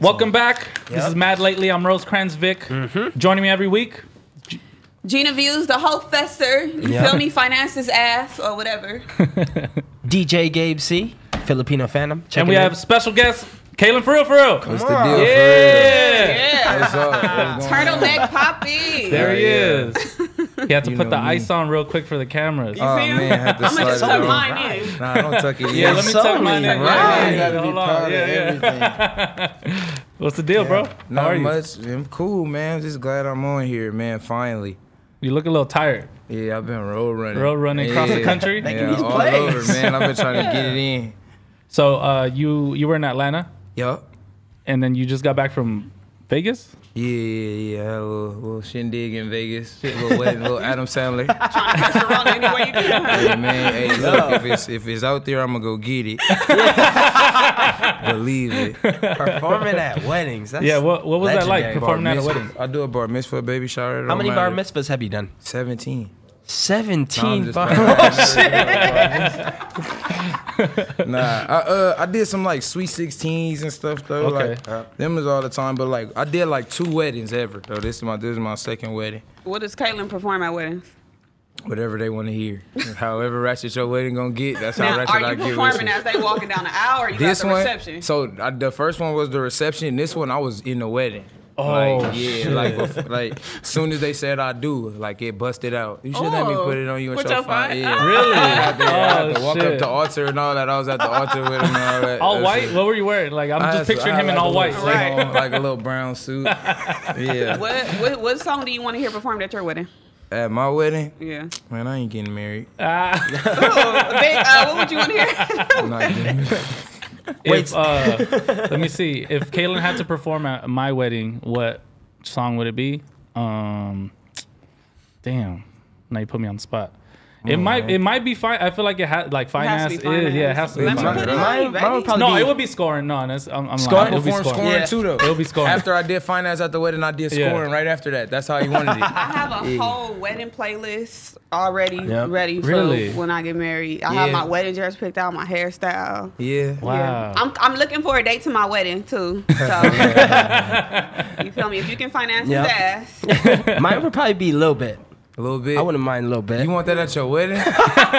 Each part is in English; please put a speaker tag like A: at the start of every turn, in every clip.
A: Welcome back. This is Mad Lately. I'm Rose Kranzvik.
B: Mm-hmm.
A: Joining me every week.
C: Gina views the whole fester. You feel me? Finance his ass or whatever.
D: DJ Gabe C, Filipino Phantom. Check
A: and we
D: it
A: have
D: out.
A: special guest, Kaylin For Real For Real.
B: What's the deal?
A: Yeah.
C: Yeah.
B: What's up? What's going on?
C: Turtleneck Poppy.
A: There he
B: Yeah.
A: is. He had to
B: You
A: put
B: know
A: the
B: me.
A: ice on real quick for the cameras. Uh,
B: Oh man, I had to
C: I'm gonna just
B: slide
C: tuck
B: it on.
C: mine in.
B: Nah, don't tuck it.
A: yeah,
B: in.
A: let me
D: so
A: tuck my
D: mean,
A: neck.
D: right?
A: Yeah,
B: You
A: yeah,
B: gotta be
A: hold on.
B: proud of
A: Yeah, yeah. What's the deal, bro? How
B: Not
A: are you?
B: much. I'm cool, man. I'm just glad I'm on here, man. Finally.
A: You look a little tired.
B: Yeah, I've been road running.
A: Road running across the country?
B: Yeah,
D: Making these
B: all
D: plays.
B: over, man. I've been trying to get it in.
A: So uh, you you were in Atlanta,
B: Yup.
A: and then you just got back from Vegas.
B: Yeah, yeah, yeah. I had a little, little shindig in Vegas. Shit, little wedding, little Adam Sandler.
C: Around anywhere you can.
B: hey, man, hey, look, if it's if it's out there, I'm gonna go get it. Believe it.
D: performing at weddings. That's
A: Yeah, what- what was that like,
D: legendary.
A: perform- Performing at a
B: mitzvah.
A: wedding.
B: I do a bar mitzvah, baby shower. it
D: How
B: don't
D: many bar
B: matter.
D: mitzvahs have you done?
B: Seventeen. No, I'm
D: Seventeen
B: just
D: bar.
B: playing. nah, I, uh, I did some like sweet sixteens and stuff though.
A: Okay.
B: Like them is all the time, but like I did like two weddings ever. So this is my this is my second wedding.
C: What does Caitlyn perform at weddings?
B: Whatever they want to hear, however ratchet your wedding gonna get, that's how
C: Now,
B: ratchet I
C: are you
B: get. with
C: performing
B: you.
C: as they walking down the aisle or you
B: this
C: at the
B: one,
C: reception?
B: so I, the first one was the reception. This one I was in the wedding.
A: Oh,
B: like, yeah, like bef- like soon as they said I do, like it busted out. You should let me
C: Oh,
B: put it on you and
C: with
B: your
C: your
B: fine.
C: fine-
B: Yeah.
A: Really?
B: I had to, I had to
A: Oh,
B: walk
A: shit.
B: up to altar and all that. I was at the altar with him and all that.
A: All
B: That's
A: white?
B: it.
A: What were you wearing? Like I'm
B: I
A: just
B: had- I
A: picturing
B: had
A: him in
B: like
A: all
B: a
A: white.
B: little
A: Like,
B: suit on, like a little brown suit. Yeah.
C: what, what what song do you want to hear performed at your wedding?
B: At my wedding,
C: Yeah.
B: man, I ain't getting married.
C: Big, uh, what would you want to hear?
B: I'm not getting married.
A: if, uh, let me see. If Kaylin had to perform at my wedding, what song would it be? Um, damn. Now you put me on the spot. It might. It might be fine. I feel like it had like
C: has
A: finance.
C: to be
A: is, yeah, it
C: finance.
A: has to be
C: Let
B: me
A: finance.
B: put it
D: Mine, mine would probably
A: No,
D: be
A: it would be scoring. No, that's, I'm, I'm
B: Scoring,
A: lying. It would be
B: perform
A: scoring.
B: scoring
D: Yeah.
B: too though.
A: It'll be scoring.
B: After I did finance at the wedding, I did
A: Yeah.
B: scoring right after that. That's how you wanted it.
C: I have a whole wedding playlist already
D: Yep.
C: ready for
A: Really?
C: when I get married. I
B: Yeah.
C: have my wedding dress picked out, my hairstyle.
B: Yeah.
A: Wow.
C: Yeah. I'm, I'm looking for a date to my wedding too. So you feel me? If you can finance
D: Yeah.
C: his ass,
D: Mine would probably be a little bit.
B: A little bit.
D: I wouldn't mind a little bit.
B: You want that at your wedding?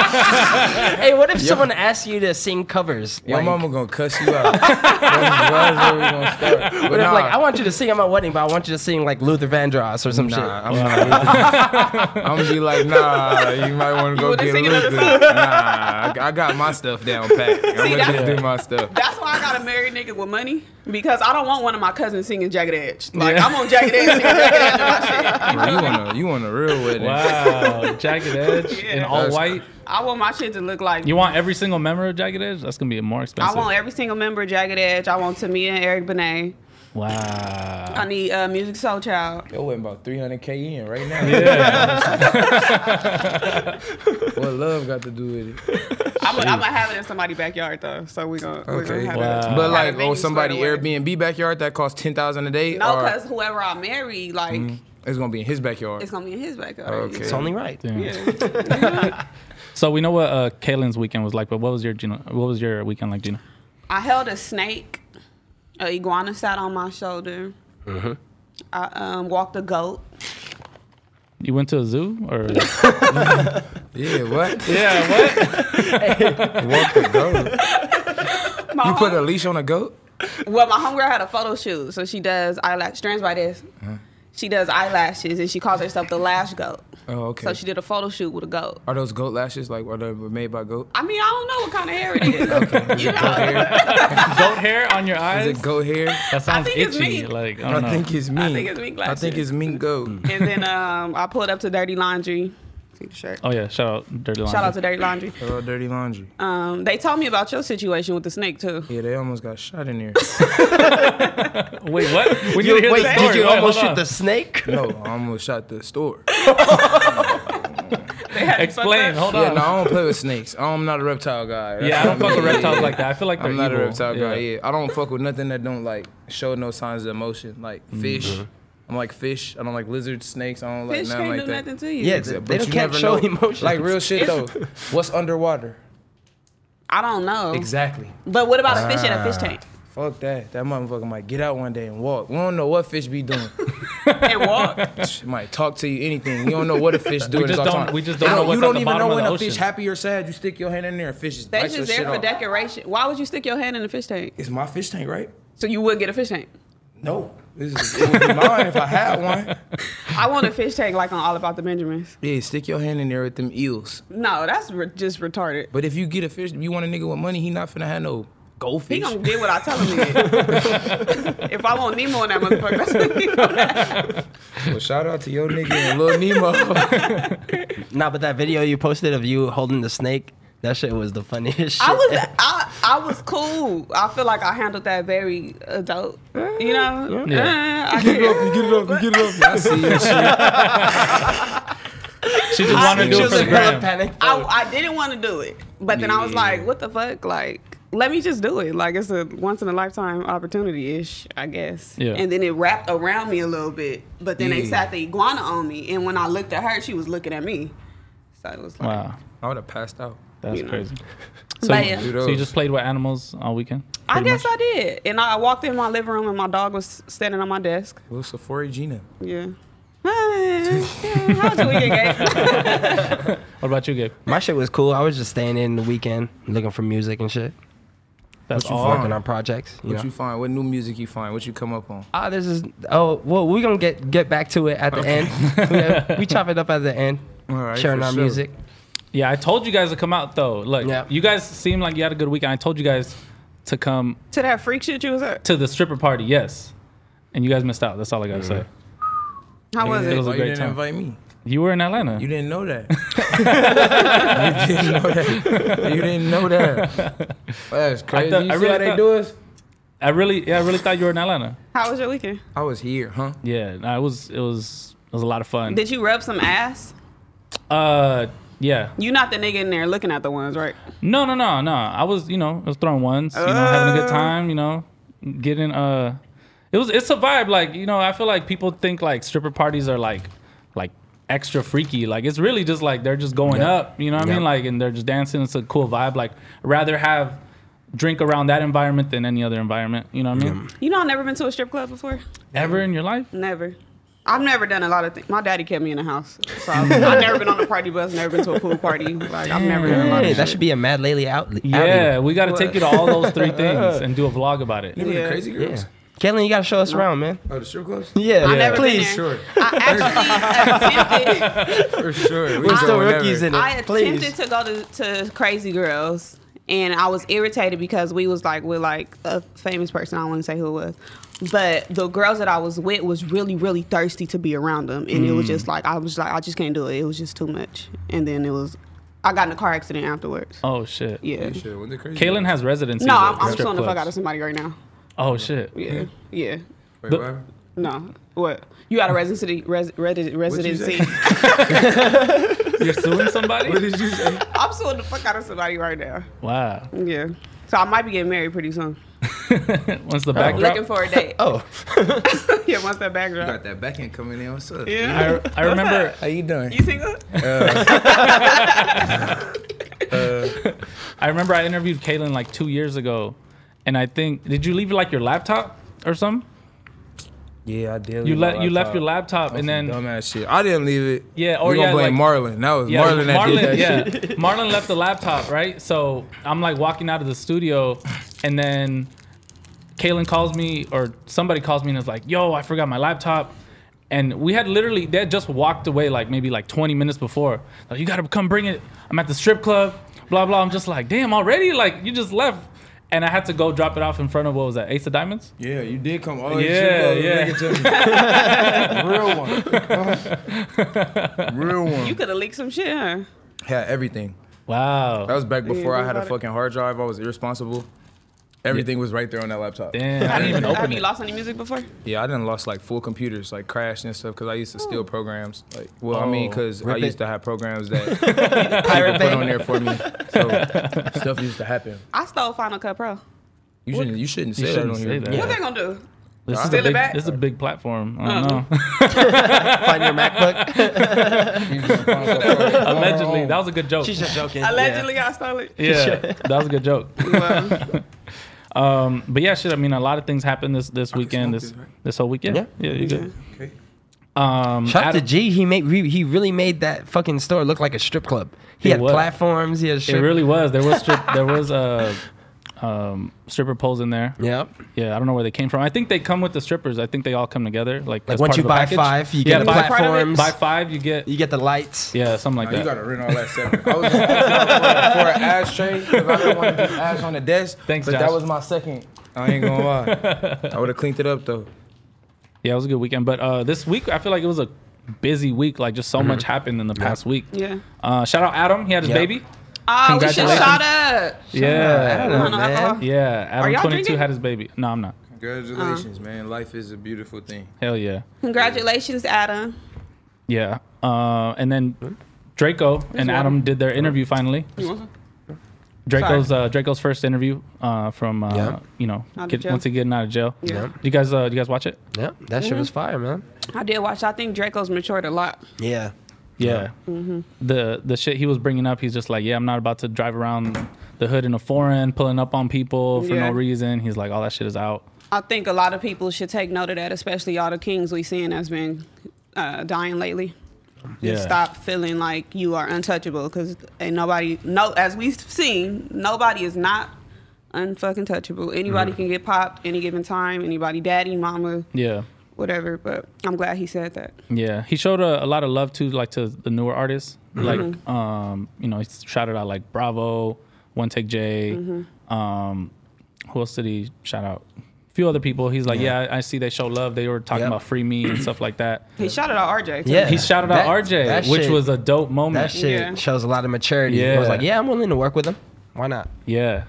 D: hey, what if someone asks you to sing covers?
B: Your
D: Like,
B: mama gonna cuss you out. That's where we gonna start. But
D: What if
B: nah,
D: like I want you to sing at my wedding, but I want you to sing like Luther Vandross or some
B: nah,
D: shit?
B: I'm, not- I'm gonna be like, nah, you might want to go
C: wanna
B: get a
C: sing
B: little
C: another
B: bit. Nah, I, I got my stuff down pat. I'm gonna
C: that-
B: just do my stuff.
C: that's why I got a married nigga with money because I don't want one of my cousins singing Jagged Edge. Like I'm on Jagged Edge, singing Jagged Edge in my
B: Bro, you
C: shit.
B: want a you want a real wedding?
A: Wow, jagged edge in all
B: That's-
A: white.
C: I want my shit to look like.
A: You want every single member of jagged edge? That's gonna be more
C: I
A: expensive.
C: want every single member of Jagged Edge. I want Tamia and Eric Benet.
A: wow.
C: I need uh, Music Soul Child.
B: Yo, we're about 300k in right now. what love got to do with it?
C: I'm gonna have it in somebody's backyard though, so we gonna we
B: Okay.
C: gonna have
A: Wow.
C: it.
B: But like,
C: Got a
B: oh,
C: venue
B: somebody
C: squared away.
B: Airbnb backyard that costs ten thousand a day.
C: No,
B: or
C: because whoever I marry, like
B: it's gonna be in his backyard.
C: it's gonna be in his backyard.
B: Okay.
D: It's only right.
A: So we know what uh, Kaylin's weekend was like, but what was your Gina? What was your weekend like, Gina?
C: I held a snake, a iguana sat on my shoulder.
A: Mm-hmm.
C: I um, walked a goat.
A: You went to a zoo or?
B: Yeah, what?
A: yeah. What?
B: Walk the goat.
C: My
B: You put a
C: hom-
B: leash on a goat?
C: Well, my homegirl had a photo shoot, so she does eyelash strands by this. She does eyelashes, and she calls herself the lash goat.
B: Oh, okay.
C: So she did a photo shoot with a goat.
B: Are those goat lashes like are they made by goat?
C: I mean, I don't know what kind of hair it is. You know,
A: Goat hair on your
B: Is
A: eyes?
B: it goat hair?
A: That sounds
C: think it's
A: itchy.
C: meat.
A: Like I
B: I
A: don't know.
B: think it's mean. I
C: think it's mink
B: I think
C: lashes.
B: it's mean goat.
C: and then um, I pulled up to Dirty Laundry. See the shirt.
A: oh yeah, shout out Dirty Laundry.
C: Shout out to Dirty Laundry.
B: Hello, dirty laundry.
C: Um, they told me about your situation with the snake too.
B: yeah, they almost got shot in there.
A: Wait, what? We need to
D: You,
A: hear
D: wait,
A: the story.
D: did you
A: Wait,
D: almost
A: hold
D: shoot
A: on.
D: the snake?
B: no, I almost shot the store.
C: They had you fucked
A: Explain.
C: up.
A: Hold
B: Yeah,
A: on.
B: no, I don't play with snakes. I'm not a reptile guy.
A: Oh. Yeah, I don't fuck with
B: Yeah,
A: reptiles
B: yeah.
A: like that. I feel like they're
B: I'm not
A: evil.
B: a reptile guy.
A: Yeah.
B: Yeah, I don't fuck with nothing that don't like show no signs of emotion, like fish. I'm like fish. I don't like lizards, snakes. I don't like
C: Fish
B: nothing
C: can't
B: like
C: do
B: that.
C: nothing to you.
D: Yeah,
B: Exactly, but
D: they don't
B: you
D: can't
B: never
D: show
B: know.
D: emotion.
B: Like real shit though. What's underwater?
C: I don't know.
B: Exactly.
C: But what about a fish in a
A: Ah.
C: fish tank?
B: Fuck that. That motherfucker might get out one day and walk. We don't know what fish be doing.
C: And walk.
B: It might talk to you anything. You don't know what a fish do.
A: We
B: at
A: just
B: all
A: don't-
B: time.
A: we just
B: You
A: don't know what's
B: You
A: at
B: don't
A: the
B: even
A: bottom
B: know
A: of
B: when
A: the
B: a fish
A: ocean.
B: happy or sad. You stick your hand in there and fish just
C: They
B: bites your
C: just there
B: shit
C: for
B: off.
C: decoration. Why would you stick your hand in a fish tank?
B: It's my fish tank, right?
C: So you would get a fish tank.
B: No. This is, it would be mine if I had one.
C: I want a fish tank like on All About the Benjamins.
B: Yeah, stick your hand in there with them eels.
C: No, that's re- just retarded.
B: But if you get a fish, you want a nigga with money, he not finna have no
C: He
B: goldfish.
C: gonna get what I tell him to get. if I want Nemo in that motherfucker, that's what he gonna have.
B: Well, shout out to your nigga and Lil Nemo.
D: Nah, but that video you posted of you holding the snake, that shit was the funniest shit.
C: I was I, I was cool. I feel like I handled that very adult. You know?
A: Yeah.
C: Uh, I get it.
B: get it off, you get it off. I see your shit.
A: She just wanted to do
D: she
A: it
D: was
A: for the
D: in hella
A: gram.
D: panic.
C: I, I didn't want to do it. But then I was like, what the fuck? Like, let me just do it. Like, it's a once in a lifetime opportunity ish, I guess.
A: Yeah.
C: And then it wrapped around me a little bit. But then they
B: Yeah.
C: sat the iguana on me. And when I looked at her, she was looking at me. So it was like,
A: Wow,
B: I would have passed out.
A: that's
C: You know.
A: crazy. So,
C: But yeah.
A: so you just played with animals all weekend?
C: I
A: Pretty
C: guess
A: much?
C: I did. And I walked in my living room and my dog was standing on my desk.
B: Lil Safari Gina.
C: Yeah. How'd you get gay?
A: What about you, Gabe?
D: My shit was cool. I was just staying in the weekend looking for music and shit,
A: That's
B: What you
A: all.
B: find?
D: working on projects. You
B: What
D: know?
B: Oh. you find? What new music you find? What you come up on?
D: Ah, this is oh well. We're gonna get get back to it at the end. Yeah, we chop it up at the end.
B: All right,
D: sharing
B: for
D: our
B: sure.
D: music.
A: Yeah, I told you guys to come out though. Look,
D: Yeah.
A: you guys seem like you had a good weekend. I told you guys to come
C: to that freak shit you was at?
A: to the stripper party. Yes, and you guys missed out. That's all I gotta say.
C: How was
A: It
C: it?
A: was a
B: Why you
A: great
B: didn't
A: time.
B: invite me?
A: You were in Atlanta.
B: You didn't know that. you didn't know that. You didn't know that. That's crazy.
A: thought-
B: you
A: I
B: see
A: really
B: how they
A: thought-
B: do us?
A: I really, yeah, I really thought you were in Atlanta.
C: How was your weekend?
B: I was here, huh?
A: Yeah, no, it was, it was, it was a lot of fun.
C: Did you rub some ass?
A: Uh, yeah.
C: You not the nigga in there looking at the ones, right?
A: No, no, no, no. I was, you know, I was throwing ones, you know, having a good time, you know, getting uh, it was, it's a vibe. Like, you know, I feel like people think like stripper parties are like, like extra freaky. Like, it's really just like they're just going up, you know what I mean? Like, and they're just dancing. It's a cool vibe. Like, rather have drink around that environment than any other environment. You know what I mean?
C: You know, I've never been to a strip club before.
A: Ever in your life?
C: Never. I've never done a lot of things. My daddy kept me in the house, so I've, I've never been on a party bus. Never been to a pool party. Like I've never done a lot
D: Hey,
C: of
D: that
C: shit.
D: should be a Mad Lately outlet.
A: Yeah, we got to take you to all those three things and do a vlog about it.
B: You were
C: Yeah.
B: the crazy girls?
D: Caitlin, you gotta show us around, man.
B: Oh, the strip clubs?
D: Yeah,
C: I've never
D: please.
C: been there.
B: Sure.
C: I actually attempted.
B: For sure.
D: We're still rookies in it.
C: I attempted
D: please.
C: to go to, to Crazy Girls, and I was irritated because we was like with like a famous person. I don't want to say who it was, but the girls that I was with was really really thirsty to be around them, and it was just like I was like I just can't do it. It was just too much, and then it was I got in a car accident afterwards.
A: Oh shit.
C: Yeah.
A: Kaylin has residency.
C: No, I'm, I'm showing the fuck out of somebody right now.
A: Oh shit.
C: Yeah, yeah.
B: Wait,
A: The-
B: what?
C: No, what? You got a residency? Res, resi- residency?
A: You're suing somebody?
B: did you say?
C: I'm suing the fuck out of somebody right now.
A: wow.
C: Yeah. So I might be getting married pretty soon.
A: Once the backdrop.
C: Looking for a date.
D: Oh,
C: Yeah, once that backdrop.
B: Got that backhand coming in. What's up?
C: Yeah.
A: I, I remember
B: How you doing?
C: You single?
A: I remember I interviewed Kaylin like two years ago, and I think did you leave like your laptop or something?
B: Yeah, I did.
A: You
B: leave my
A: let you left your
B: laptop.
A: laptop
B: That's
A: and
B: some
A: then
B: dumbass shit. I didn't leave it.
A: Yeah, or
B: we
A: yeah,
B: gonna blame
A: like-
B: Marlon. That was
A: yeah,
B: Marlon that did that
A: yeah.
B: shit.
A: Marlon left the laptop right, so I'm like walking out of the studio, and then Kaylin calls me or somebody calls me and is like, "Yo, I forgot my laptop." And we had literally they had just walked away like maybe like 20 minutes before. Like, you gotta come bring it. I'm at the strip club, blah blah. I'm just like, damn, already? Like you just left. And I had to go drop it off in front of what was that, Ace of Diamonds?
B: Yeah, you did come all
A: Yeah,
B: yeah, yeah. Real one. Real one.
C: You could have leaked some shit, huh?
B: Had everything.
A: Wow.
B: That was back before
C: you
B: I had a
C: got it.
B: fucking hard drive. I was irresponsible. Everything was right there on that laptop.
A: damn. I didn't even
C: Have
A: open
C: you
A: it.
C: lost any music before?
B: Yeah, I didn't lost like full computers, like crashed and stuff, because I used to
C: Oh.
B: steal programs. Like, well, I mean,
A: Oh.
B: because I
D: Rip it.
B: used to have programs that people put on there for me, so stuff used to happen.
C: I stole Final Cut Pro. What
B: You shouldn't, you shouldn't say
A: You
B: that
A: shouldn't
B: on
A: say
B: here.
A: that.
C: they gonna do?
A: This is, a
C: Steal it
A: big,
C: back?
A: this is a big platform. I don't know.
D: Find your MacBook.
A: Allegedly, that was a good joke.
D: She's just joking.
C: Allegedly, I stole it.
A: Yeah, that was a good joke.
C: Well,
A: Um, but yeah, shit. I mean, a lot of things happened this this weekend,
B: smoke
A: this
B: this, right?
A: this whole weekend. Yeah,
D: Yeah.
A: yeah, you good.
B: Okay.
A: Um,
D: Shout out to
A: Adam-
D: G. He made re- he really made that fucking store look like a strip club. He
A: It
D: had
A: was.
D: platforms. He had
A: it
D: strip.
A: really was. There was strip, there was uh, um, stripper poles in there.
D: Yep.
A: Yeah, I don't know where they came from. I think they come with the strippers. I think they all come together. Like,
D: Like
A: as part
D: once you
A: of a
D: buy
A: package.
D: five, you
A: yeah,
D: get the
A: buy,
D: platforms.
A: Buy five, you get
D: You get the lights.
A: yeah, something like
B: Now, you
A: that.
B: gotta rent all that separate. I was gonna ask for, for an ashtray because I didn't want to do ash on the desk.
A: Thanks,
B: but
A: Josh.
B: that was my second. I ain't gonna lie. I would have cleaned it up though.
A: Yeah, it was a good weekend. But uh, this week, I feel like it was a busy week. Like, just so much happened in the past week.
C: yeah.
A: Uh, shout out Adam. He had his
D: Mm-hmm. Yeah.
A: baby.
C: Oh, we should
A: Congratulations.
C: shut up.
A: Yeah,
D: Oh,
C: I don't know,
D: man.
C: alcohol.
A: yeah. Adam
C: y'all
A: twenty two
C: drinking?
A: had his baby. No, I'm not.
B: Congratulations, man. Life is a beautiful thing.
A: Hell yeah.
C: Congratulations, Adam.
A: Yeah. Uh, and then
C: Hmm?
A: Draco and Adam did their interview finally. Draco's uh, Draco's first interview uh, from uh,
D: Yeah.
A: you know
C: Out of
A: get,
C: jail.
A: once he getting out of jail.
C: Yeah.
A: You guys, uh, you guys watch it?
D: Yep. That
C: Mm-hmm.
D: shit was fire, man.
C: I did watch. I think Draco's matured a lot.
D: Yeah.
A: Yeah.
C: Mm-hmm.
A: The the shit he was bringing up, he's just like, yeah, I'm not about to drive around the hood in a foreign, pulling up on people for
C: Yeah.
A: no reason. He's like, all that shit is out.
C: I think a lot of people should take note of that, especially all the kings we seeing that's been uh, dying lately.
A: Yeah.
C: Stop feeling like you are untouchable, because ain't nobody. No, as we've seen, nobody is not unfucking touchable. Anybody can get popped any given time. Anybody, daddy, mama,
A: Yeah.
C: whatever. But I'm glad he said that.
A: Yeah, he showed a, a lot of love to like to the newer artists. Like, um, you know, he shouted out like Bravo, One Take J. Um, who else did he shout out? A few other people. He's like, yeah, I, I see they show love. They were talking
D: Yep.
A: about free me and stuff like that.
C: He shouted out RJ. Too.
D: Yeah.
A: He shouted out
D: That-
A: RJ,
D: that
A: which
D: shit-
A: was a dope moment.
D: That shit
C: Yeah.
D: shows a lot of maturity. I was
A: Yeah.
D: like, yeah, I'm willing to work with him. Why not?
A: yeah.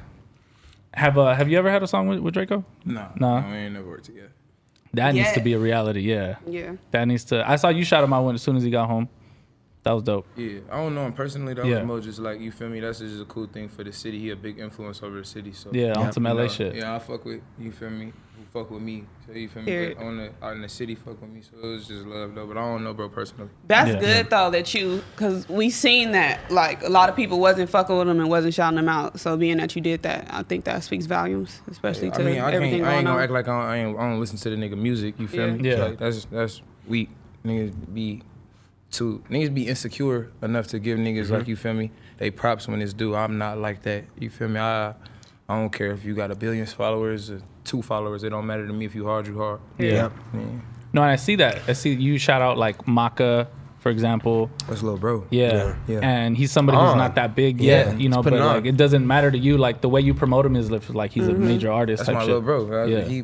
A: Have uh, have you ever had a song with, with Draco?
B: No,
A: No.
B: we ain't never worked together.
A: That needs
C: Yeah.
A: to be a reality. Yeah.
C: Yeah.
A: That needs to. I saw you shout him out when as soon as he got home. That was dope.
B: Yeah, I don't know him personally. That
A: Yeah.
B: was more just like you feel me. That's just a cool thing for the city. He a big influence over the city. So
A: Yeah, on some
B: you
A: LA
B: know,
A: shit.
B: Yeah, I fuck with you. Feel me? Who fuck with me? So you feel me?
C: Period.
B: But on the out in the city, fuck with me. So it was just love though. But I don't know, bro, personally.
C: That's
A: Yeah.
C: good though that you, cause we seen that like a lot of people wasn't fucking with him and wasn't shouting him out. So being that you did that, I think that speaks volumes, especially
B: I
C: to
B: mean, I
C: everything
B: can't. I ain't
C: going
B: gonna
C: on.
B: act like I don't, I, ain't, I don't listen to the nigga music. You feel
C: Yeah.
B: me?
A: Yeah.
B: Like, that's that's weak. Niggas be too. Niggas be insecure enough to give niggas like you feel me. They props when it's due. I'm not like that. You feel me? I I don't care if you got a billion followers or two followers. It don't matter to me if you hard. You hard.
A: Yeah.
B: Yeah.
A: No, and I see that. I see you shout out like Maka, for example.
B: That's little bro.
A: Yeah.
B: Yeah. Ah.
A: And he's somebody who's
D: On.
A: not that big yet,
D: Yeah.
A: you know,
D: Just
A: but
D: put it on.
A: like it doesn't matter to you. Like the way you promote him is if, like he's a major artist.
B: Mm-hmm. That's
A: type
B: my
A: shit.
B: little bro. I-
A: Yeah.
B: He,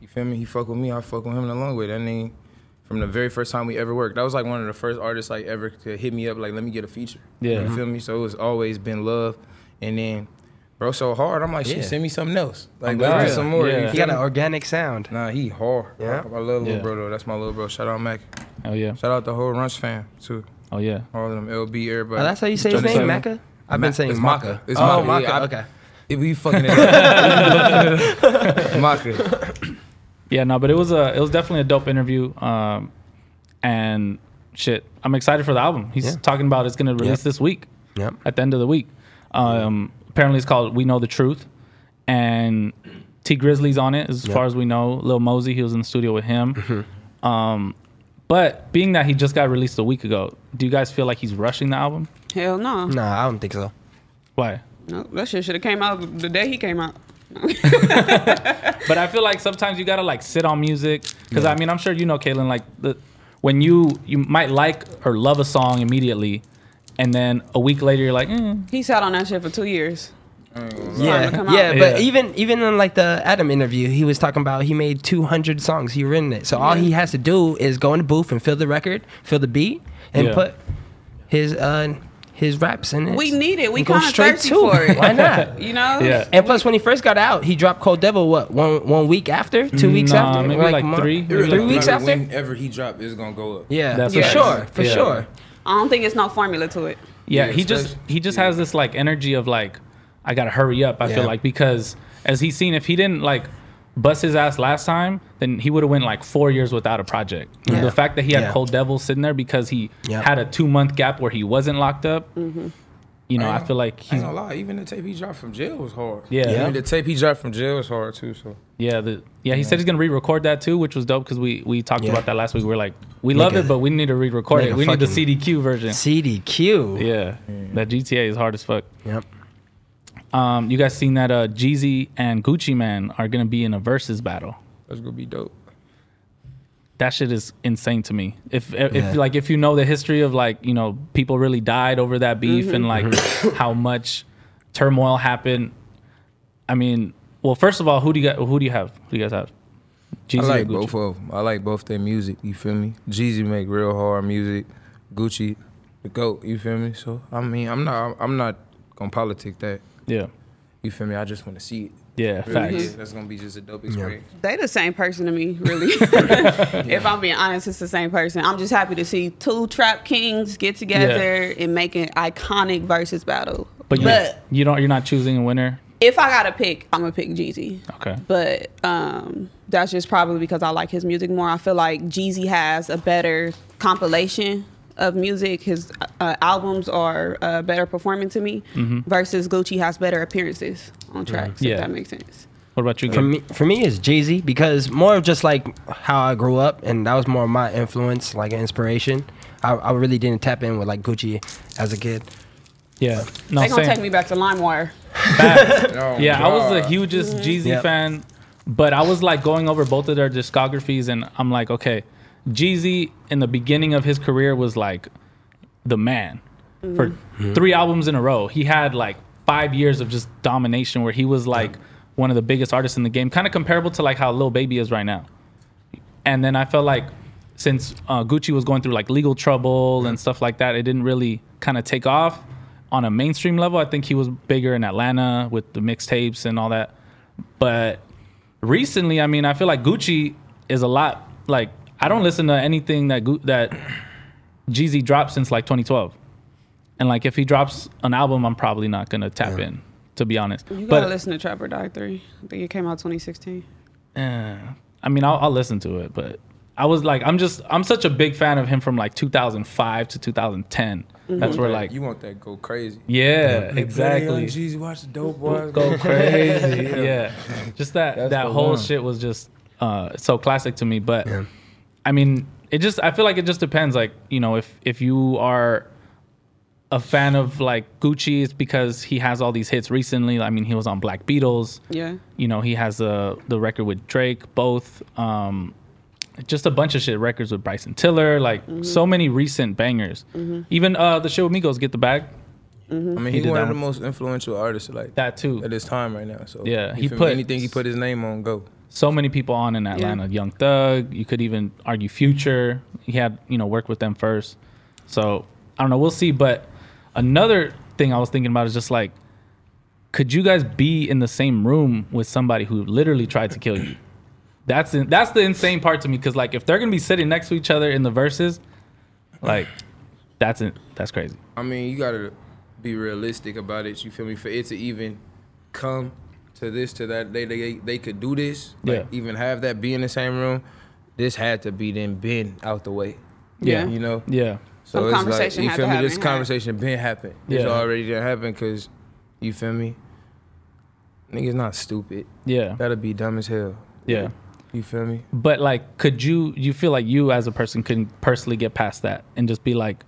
B: you feel me? He fuck with me. I fuck with him in a long way. That nigga, from the very first time we ever worked, that was like one of the first artists like ever to hit me up like, let me get a feature.
A: Yeah.
B: You feel me? So it's always been love, and then, bro, so hard. I'm like, shit,
D: Yeah.
B: send me something else. Like,
A: glad.
B: let's do some more.
A: Yeah.
B: You
A: He
D: He
B: feel
D: got
B: me?
D: an organic sound.
B: Nah, he hard.
D: Yeah.
B: I love little
A: Yeah.
B: bro though. That's my little bro. Shout out Mac.
A: Oh yeah.
B: Shout out the whole Runch fam too.
A: Oh yeah.
B: All of them. LB, everybody.
D: Oh, that's how you say his
B: Twenty seven.
D: name, Maka? I've been saying
B: it's
D: Maka.
B: Maka. It's
D: oh,
B: Maka, yeah, I-
D: okay.
B: It be fucking it up. Maka.
A: Yeah, no, but it was a it was definitely a dope interview. Um and shit. I'm excited for the album. He's
D: Yeah.
A: talking about it's gonna release this week.
D: Yep.
A: At the end of the week. Um apparently it's called We Know the Truth. And T Grizzly's on it, as far as we know. Lil Mosey, he was in the studio with him.
D: Mm-hmm.
A: Um, But being that he just got released a week ago, do you guys feel like he's rushing the album?
C: Hell no,
D: Nah, I don't think so.
A: Why?
C: no, that shit should have came out the day he came out.
A: But I feel like sometimes you gotta like sit on music because I mean I'm sure you know Kaylin like the when you you might like or love a song immediately, and then a week later you're like, mm,
C: He sat on that shit for two years. Time to
D: Yeah,
C: come
D: yeah,
C: out.
D: but
A: Yeah.
D: even even in like the Adam interview, he was talking about he made 200 songs, he written it. So all he has to do is go in the booth and fill the record, fill the beat, and
A: Yeah.
D: put his uh his raps in it.
C: We need it. We
D: And go
C: kind of
D: straight
C: thirsty
D: to
C: for it.
D: Why not?
C: You know?
A: Yeah.
D: And plus, when he first got out, he dropped Cold Devil. What one one week after, two weeks
A: Nah,
D: after,
A: maybe like
D: mon-
A: three.
B: It
D: three
B: really don't
D: weeks
B: matter
D: after.
B: Whenever he drop, it's gonna go up.
D: Yeah,
A: That's
D: for
A: facts.
D: sure, for
A: Yeah.
D: sure.
C: I don't think it's no formula to it.
A: yeah,
B: Yeah,
A: he just
B: especially-
A: he just
B: yeah.
A: has this like energy of like I gotta hurry up. I
D: Yeah.
A: feel like because as he's seen, if he didn't like bust his ass last time, then he would have went like four years without a project.
D: Yeah.
A: The fact that he had
D: Yeah.
A: Cold Devil sitting there because he
D: Yeah.
A: had a two month gap where he wasn't locked up. You know, I,
B: ain't-
A: feel like
B: I
A: he's
B: ain't gonna lie, even the tape he dropped from jail was hard.
A: Yeah. Yeah.
B: Even the tape he dropped from jail was hard too. So
A: Yeah, the, yeah. He said he's gonna re-record that too, which was dope because we we talked
D: Yeah.
A: about that last week. We are like, we love
D: a-
A: it, but we need to re-record
D: make
A: it.
D: a
A: We need the
D: fucking-
A: CDQ version.
D: CDQ.
A: yeah, that GTA is hard as fuck.
D: Yep.
A: Um, you guys seen that? Uh, Jeezy and Gucci Man are gonna be in a versus battle.
B: that's gonna be dope.
A: That shit is insane to me. If if
D: Yeah.
A: like if you know the history of like you know people really died over that beef and like how much turmoil happened. I mean, well, first of all, who do you got? Who do you have? Who do you guys have? Jeezy
B: I
A: or
B: like
A: Gucci?
B: both of them. I like both their music. You feel me? Jeezy make real hard music. Gucci, the goat. You feel me? So I mean, I'm not. I'm not gonna politic that.
A: Yeah,
B: You feel me? I just want to see it.
A: yeah,
B: Really,
A: facts.
B: yeah, that's gonna be just a dope experience.
C: They the same person to me, really. if I'm being honest, it's the same person. I'm just happy to see two trap kings get together and make an iconic versus battle.
A: But
C: But,
A: you, you don't. You're not choosing a winner.
C: if I gotta pick, I'm gonna pick Jeezy.
A: Okay.
C: But um, that's just probably because I like his music more. I feel like Jeezy has a better compilation of music. His uh, albums are uh, better performing to me versus Gucci has better appearances on tracks.
A: Mm-hmm. Yeah.
C: If that makes sense.
A: What about you?
D: For
A: Gabe?
D: me, for me, it's Jeezy because more of just like how I grew up, and that was more of my influence, like inspiration. I, I really didn't tap in with like Gucci as a kid.
A: Yeah. No.
C: They gonna
A: same.
C: take me back to LimeWire.
B: Oh,
A: yeah, I was the
B: God.
A: hugest Jeezy
D: Yep.
A: fan, but I was like going over both of their discographies, and I'm like, okay, Jeezy in the beginning of his career was like the man for three albums in a row. He had like five years of just domination where he was like one of the biggest artists in the game, kind of comparable to like how Lil Baby is right now. And then I felt like since uh, Gucci was going through like legal trouble and stuff like that, it didn't really kind of take off on a mainstream level. I think he was bigger in Atlanta with the mixtapes and all that. But recently, I mean, I feel like Gucci is a lot like I don't listen to anything that Gu- that Jeezy dropped since like 2012. And like if he drops an album, I'm probably not gonna tap in, to be honest.
C: You gotta
A: but
C: listen to Trapper Die 3. I think it came out 2016.
A: eh, I mean, I'll, I'll listen to it, but I was like, I'm just, I'm such a big fan of him from like 2005 to 2010.
C: Mm-hmm.
A: That's where like,
B: you want that go crazy.
A: yeah, exactly.
B: Jeezy, watch the dope boys
A: Go crazy. yeah. Just that,
B: That's
A: that
B: the
A: whole
B: one.
A: shit was just uh, so classic to me. But I mean, it just, I feel like it just depends. Like, you know, if, if you are a fan of like Gucci, it's because he has all these hits recently. I mean, he was on Black Beatles.
C: Yeah.
A: you know he has the the record with Drake, both, um, just a bunch of shit records with Bryson Tiller, like so many recent bangers. Even uh, the shit with Migos, get the bag,
B: I mean, he,
A: did
B: one
A: that
B: of the
A: one.
B: most influential artists like
A: that too.
B: at his time right now. So you
A: Yeah, he
B: feel me?
A: put-
B: anything he put his name on go.
A: So many people on in Atlanta, Young Thug. You could even argue Future. He had you know worked with them first, so I don't know. We'll see. But another thing I was thinking about is just like, could you guys be in the same room with somebody who literally tried to kill you? That's in, that's the insane part to me because like if they're gonna be sitting next to each other in the verses, like that's in, that's crazy.
B: I mean, you gotta be realistic about it. You feel me? For it to even come to this, to that, they they they could do this. Like,
A: Yeah.
B: Even have that be in the same room. This had to be then been out the way.
C: Yeah.
B: You know.
A: Yeah,
B: So
C: Some
B: it's
C: conversation
B: like,
C: had
B: you
C: to
B: feel me? This
C: happen, huh?
B: conversation been happened. It's
A: Yeah.
B: already done happened because you feel me. Niggas not stupid.
A: yeah,
B: That'd be dumb as hell.
A: yeah.
B: You feel me?
A: But like, could you you feel like you as a person can personally get past that and just be like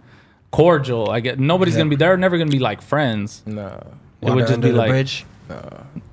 A: cordial? I get nobody's gonna be they're never gonna be like friends.
B: Nah.
A: it would just
D: under
A: be
D: the
A: like
D: bridge.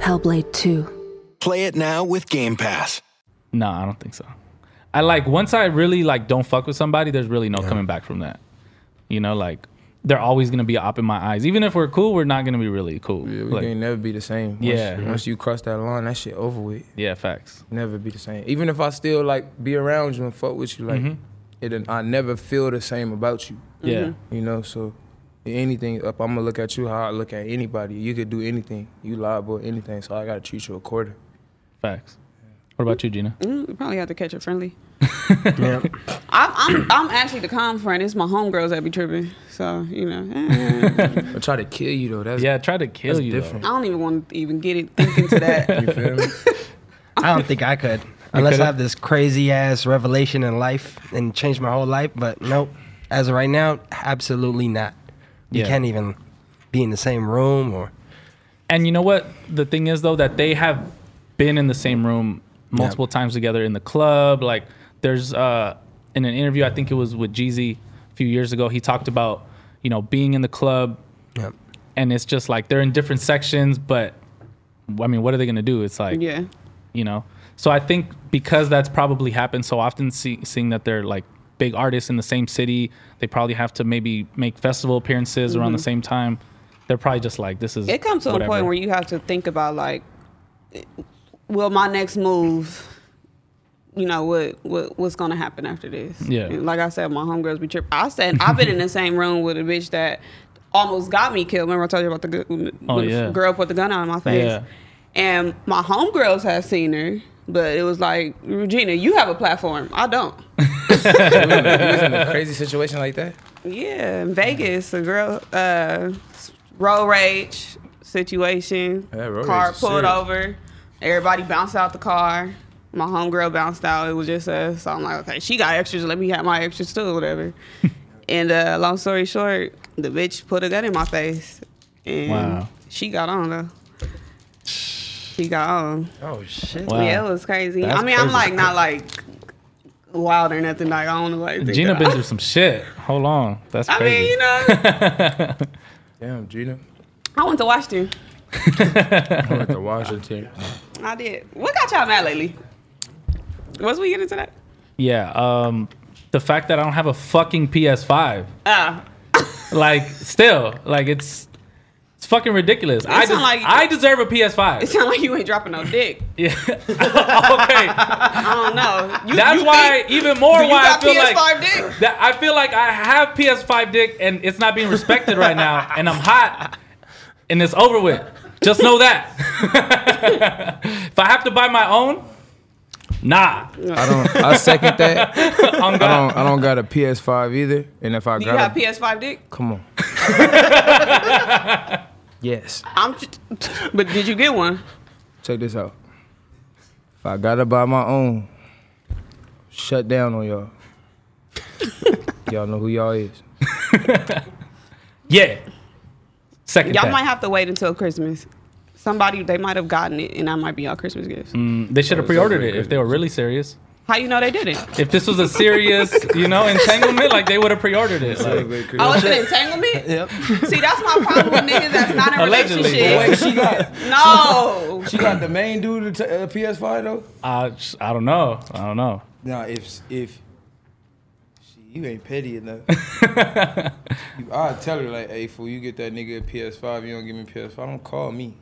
E: Hellblade 2.
F: Play it now with Game Pass.
A: No, I don't think so. I like once I really like don't fuck with somebody, there's really no coming back from that. You know, like they're always gonna be up in my eyes. Even if we're cool, we're not gonna be really cool.
B: Yeah, we
A: Like,
B: can never be the same. Once,
A: Yeah.
B: Once you cross that line, that shit over with.
A: yeah, facts.
B: Never be the same. Even if I still like be around you and fuck with you, like
A: Mm-hmm.
B: it, I never feel the same about you.
A: Yeah.
B: You know, so anything up, I'm gonna look at you how I look at anybody. You could do anything. You liable to anything, so I gotta treat you according.
A: Facts. What about you, Gina?
C: Mm, probably have to catch a friendly.
D: Yeah.
C: I'm, I'm I'm actually the calm friend. It's my homegirls that be tripping. So you know, eh,
B: I try to kill you though. That's
A: Yeah, I tried to kill
B: that's
A: you.
B: different.
C: I don't even want to even get it thinking to that.
B: You feel me?
D: I don't think I could. Unless I
A: could've?
D: have this crazy ass revelation in life and change my whole life, but nope. As of right now, absolutely not. You
A: Yeah.
D: can't even be in the same room or
A: And you know what? The thing is though that they have been in the same room multiple times together in the club. Like there's uh in an interview I think it was with Jeezy a few years ago, he talked about, you know, being in the club
D: Yep.
A: and it's just like they're in different sections, but I mean, what are they gonna do? It's like
C: yeah,
A: you know. So I think because that's probably happened so often, see, seeing that they're like big artists in the same city, they probably have to maybe make festival appearances around the same time. They're probably just like, this is.
C: it comes to
A: whatever.
C: a point where you have to think about like, will my next move, you know, what what what's gonna happen after this?
A: Yeah.
C: And like I said, my homegirls be tripping. I said I've been in the same room with a bitch that almost got me killed. Remember I told you about the, gu- with the
A: Oh, yeah.
C: girl put the gun on my face.
A: Yeah.
C: And my homegirls had seen her, but it was like, Regina, you have a platform. I don't.
B: You was in a crazy situation like that.
C: Yeah, in Vegas, a girl, uh, road rage situation.
B: Yeah, road
C: car
B: rage is
C: pulled
B: serious.
C: over. Everybody bounced out the car. My homegirl bounced out. It was just us. So I'm like, okay, she got extras. Let me have my extras too, whatever. and uh, long story short, the bitch put a gun in my face. And
A: Wow.
C: she got on, though. She got on.
D: Oh shit.
A: Wow.
C: Yeah, it was crazy.
D: That's
C: I mean, I'm
D: crazy.
C: like, not like wild or nothing. Like, I don't know. Like, think
A: Gina
C: that-
A: been through some shit. Hold on. That's
C: I
A: crazy.
C: mean, you know,
B: Damn, Gina.
C: I went to Washington.
B: I went to Washington.
C: I did. What got y'all mad lately? Was we getting into that?
A: Yeah. Um, the fact that I don't have a fucking PS5.
C: Ah,
A: Like, still, like, it's. It's fucking ridiculous. I
C: sound
A: des-
C: like-
A: I deserve a PS5.
C: it sound like you ain't dropping no dick.
A: Yeah. okay.
C: I don't know. You,
A: That's
C: you
A: why
C: think-
A: even more
C: do you
A: why I
C: got
A: feel
C: PS5
A: like
C: dick.
A: that I feel like I have PS5 dick and it's not being respected right now, and I'm hot, and it's over with. Just know that. if I have to buy my own, nah.
B: I don't. I second that. I
A: I'm gone.
B: don't. I don't got a PS5 either. And if I
C: Do you
B: got,
C: have
B: a,
C: PS5 dick?
B: come on. yes.
C: I'm. Just, but did you get one?
B: Check this out. If I gotta buy my own, shut down on y'all. y'all know who y'all is.
A: Yeah. Second.
C: Y'all
A: that.
C: might have to wait until Christmas. Somebody they might have gotten it, and that might be our Christmas gifts.
A: they should have
B: Oh,
A: pre-ordered it if they were really serious.
C: How you know they didn't?
A: If this was a serious, you know, entanglement, like they would have pre-ordered it. Like,
C: Oh, it's an entanglement.
D: Yep.
C: See, that's my problem with niggas that's not in a
A: Allegedly.
C: relationship.
B: she got
C: No,
B: she got the main dude to uh, PS5 though.
A: I, I don't know. I don't know.
B: Nah, if if she, you ain't petty enough, I tell her like, hey fool, you get that nigga a PS5, you don't give me PS5, don't call me.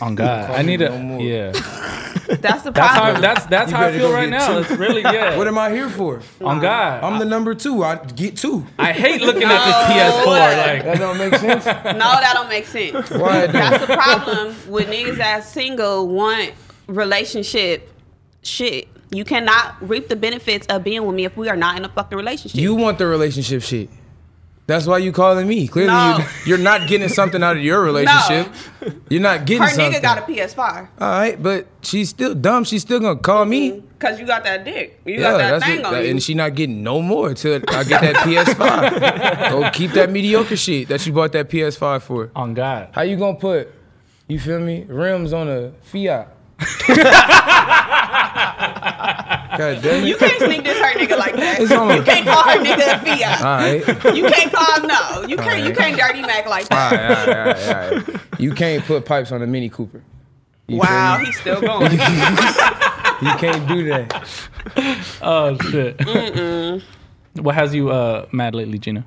A: On God,
B: call
A: I
B: me
A: need a
B: no more.
A: yeah.
C: that's the
A: That's how
C: problem.
A: that's that's
B: You
A: how I
B: better
A: feel
B: go get
A: right now.
B: two.
A: It's really yeah.
B: What am I here for?
A: on God,
B: I'm the number two. I get two.
A: I hate looking at this PS4. Like,
B: That don't make sense.
C: no, that don't make sense.
B: Why it don't?
C: That's the problem with niggas that's single want relationship shit. You cannot reap the benefits of being with me if we are not in a fucking relationship.
B: You want the relationship shit. That's why you calling me. Clearly,
C: No.
B: you, you're not getting something out of your relationship. You're not getting
C: Her
B: something.
C: nigga got a PS5
B: All right, but she's still dumb. She's still gonna call me.
C: because you got that dick. You got that thing on you.
B: and she not getting no more till I get that PS5. Go keep that mediocre shit that you bought that PS5 for.
A: On God.
B: How you gonna put, you feel me, rims on a Fiat? God damn
C: you
B: it.
C: can't sneak this her nigga like that.
B: It's on
C: you
B: a-
C: can't call her nigga a fiat.
B: All right. All
C: You can't call no. You can't. You can't dirty mac like that.
B: right, all right, all right, all right. You can't put pipes on a Mini Cooper. You feel
C: Wow,
B: me?
C: he's still going.
B: You can't do that.
A: Oh shit. what has you uh, mad lately, Gina?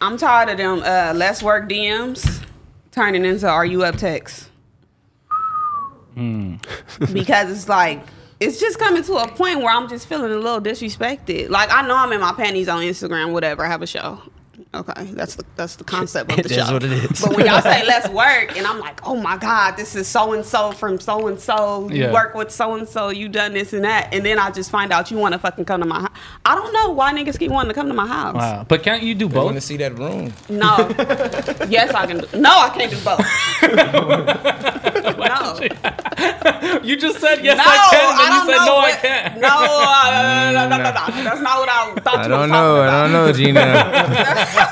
C: I'm tired of them uh, less work DMs turning into are you up texts.
D: Hmm.
C: because it's like it's just coming to a point where I'm just feeling a little disrespected. Like I know I'm in my panties on Instagram, whatever. I have a show. Okay, that's the that's the concept of the
D: It is
C: show.
D: what it is.
C: But when y'all say let's work, and I'm like, oh my god, this is so and so from so and so. You
A: Yeah.
C: work with so and so. You done this and that, and then I just find out you want to fucking come to my. house. I don't know why niggas keep wanting to come to my house.
A: Wow. Uh, But can't you do
B: I want to
A: both?
B: see that room.
C: No. yes, I can. Do, no, I can't do both. no.
A: You just said yes
C: No,
A: I can,
C: I
A: then
C: don't
A: you said
C: know.
A: no
C: what,
A: I can't.
C: No, uh, no, no, no, no, no. That's not what I thought
B: I
C: you were
B: don't
C: talking
B: know. I
C: about.
B: don't know, Gina.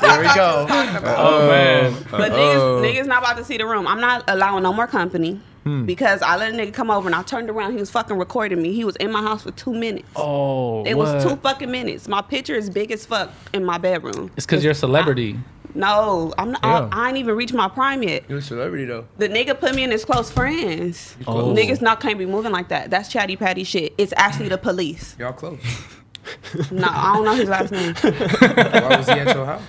C: There we go.
B: Uh,
A: Oh man.
C: But
B: Oh.
C: niggas, niggas not about to see the room. I'm not allowing no more company.
B: Hmm.
C: Because I let a nigga come over and I turned around. He was fucking recording me. He was in my house for two minutes.
A: Oh.
C: it was two
A: what?
C: fucking minutes. My picture is big as fuck in my bedroom.
A: It's because you're a celebrity.
C: No, I'm not.
B: Yeah.
C: I, I ain't even reached my prime yet.
B: You're a celebrity though.
C: The nigga put me in his close friends.
A: close.
C: Niggas not can't be moving like that. That's chatty patty shit. It's actually the police.
B: Y'all close.
C: No, I don't know his last name.
B: Why was he at your house?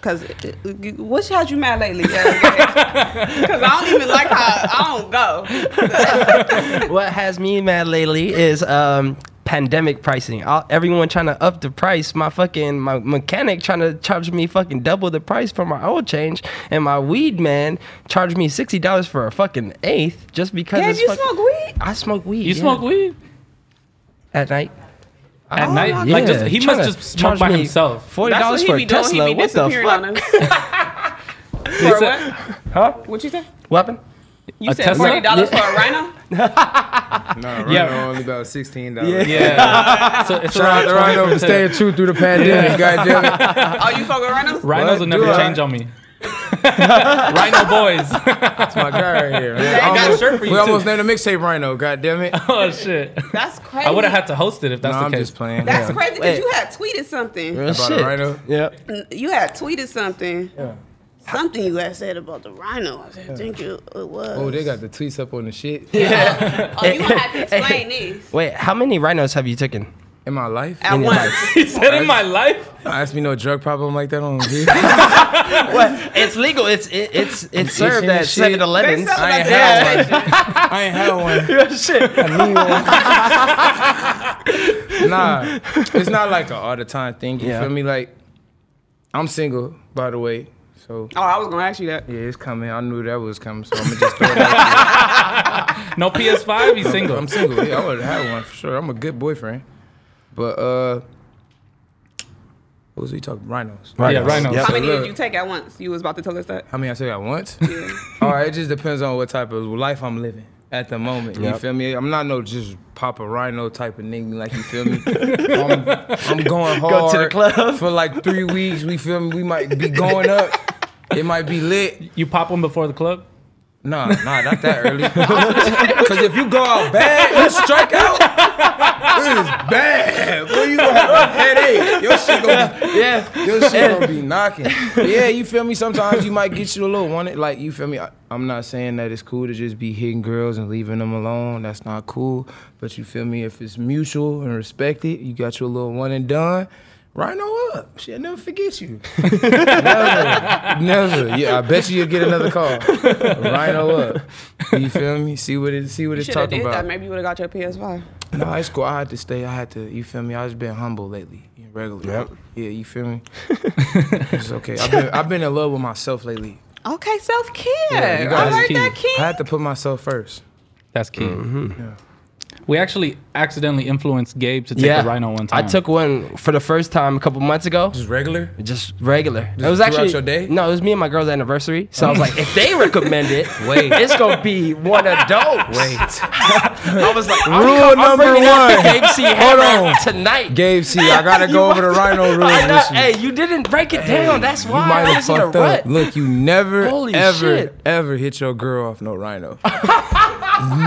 C: Cause uh, what's had you mad lately? Cause I don't even like how I don't go.
D: what has me mad lately is um pandemic pricing. All, everyone trying to up the price. My fucking my mechanic trying to charge me fucking double the price for my oil change, and my weed man charged me sixty dollars for a fucking eighth just because.
C: Dad,
D: it's
C: you
D: fuck-
C: smoke weed?
D: I smoke weed.
A: You
D: yeah,
A: smoke weed
D: at night.
A: at night?
D: Oh, Yeah,
A: Like just he must
D: tryna
A: just smoke
D: charge
A: by
D: me
A: himself.
D: Forty
C: Oh That's what
D: dollars
C: he
D: for
C: be
D: a
C: doing.
D: Tesla.
C: he be
D: What the
C: disappearing
D: fuck?
C: on us. for what?
D: Huh?
C: What you say?
D: What happened?
C: You
A: A
C: said
A: Tesla?
C: forty dollars for a rhino?
B: No,
A: Yeah.
B: Rhino only about sixteen dollars.
A: Yeah. so it's
B: Shout out to
A: around
B: Rhino for
A: 20%.
B: staying true through the pandemic. Goddamn it.
C: Oh, you fuck with rhinos?
A: Rhinos
B: What
A: will never
B: do I-
A: change on me. Rhino boys.
B: That's my guy right here. Man.
C: I got a
B: Almost-
A: shirt for you,
B: we
A: too.
B: almost named a mixtape Rhino. Goddamn it. No,
A: oh shit.
C: That's crazy.
A: I would have had to host it if that's
B: I'm
A: the case.
B: just playing.
C: That's
B: Yeah.
C: crazy because you had tweeted something.
D: Real
B: About a
D: shit.
B: rhino?
D: Yeah.
C: You had tweeted something. Something you had said about the rhino. I said, think you it was.
B: Oh, they got the tweets up on the shit
C: Oh, you gonna have to explain this
D: Wait, how many rhinos have you taken?
B: in my life.
C: at once.
A: he said in my life.
B: Don't ask me no drug problem like that on here.
D: What? It's legal. It's it, it's it's served
B: itching and
D: at
B: shit.
D: 7-Eleven.
C: They sell it
B: I
C: at
B: ain't
C: the
B: had
C: gas
B: one.
C: station.
B: I ain't had one. nah, it's not like an all the time thing. You
D: Yeah.
B: feel me? Like, I'm single, by the way. So
C: Oh, I was gonna ask you that.
B: yeah, it's coming. I knew that was coming, so I'm gonna just throw it out.
A: No PS5, he's single.
B: I'm single. Yeah, I would have had one for sure. I'm a good boyfriend. But uh what was we talking? Rhinos.
A: Yeah, rhinos.
D: Yep.
C: How many
B: look.
C: did you take at once? You was about to tell us that.
B: How many I said at once? All right, it just depends on what type of life I'm living at the moment. You
D: Yep.
B: feel me? I'm not no just Papa Rhino type of nigga. Like you feel me? I'm, I'm going hard
D: to the club.
B: for like three weeks. We feel me? We might be going up. It might be lit.
A: You pop one before the club?
B: Nah, nah, not that early. Because if you go out bad, you strike out. It is bad. Boy, you gonna have a headache. Your shit gonna be, yeah, your shit gonna be knocking. Yeah, you feel me? Sometimes you might get you a little wanted. Like you feel me? I, I'm not saying that it's cool to just be hitting girls and leaving them alone. That's not cool. But you feel me? If it's mutual and respected, you got your little one and done. Rhino up. She'll never forget you. never. Never. Yeah, I bet you you'll get another call. Rhino up. You feel me? See what it see what it's
C: Should have
B: talking
C: did
B: about.
C: that. Maybe you would have got your PS5.
B: No, it's cool. I had to stay. I had to. You feel me? I just been humble lately, and regular. Yeah, you feel me? it's okay. I've been I've been in love with myself lately.
C: Okay, self care.
B: Yeah, you
C: I
B: guys
C: heard
A: key.
C: that
B: I
C: key.
B: had to put myself first.
A: That's key. We actually accidentally influenced Gabe to take
D: yeah,
A: the rhino one time.
D: I took one for the first time a couple months ago.
B: Just regular.
D: Just regular. it was
B: throughout
D: actually
B: your day?
D: no. It was me and my girl's anniversary, so I was like, if they recommend it,
B: Wait.
D: it's gonna be one of those.
B: Wait.
D: I was like, I'm,
B: Rule
D: I'm
B: number
D: bringing out
B: one.
D: the Gabe C. Hammer tonight.
B: Gabe C, I gotta go over the rhino room.
D: I know,
B: with you.
D: hey, you didn't break it down. That's why
B: You might
D: I
B: have
D: was in a
B: fucked up.
D: rut.
B: Look, you never,
D: Holy
B: ever,
D: shit.
B: ever hit your girl off no rhino.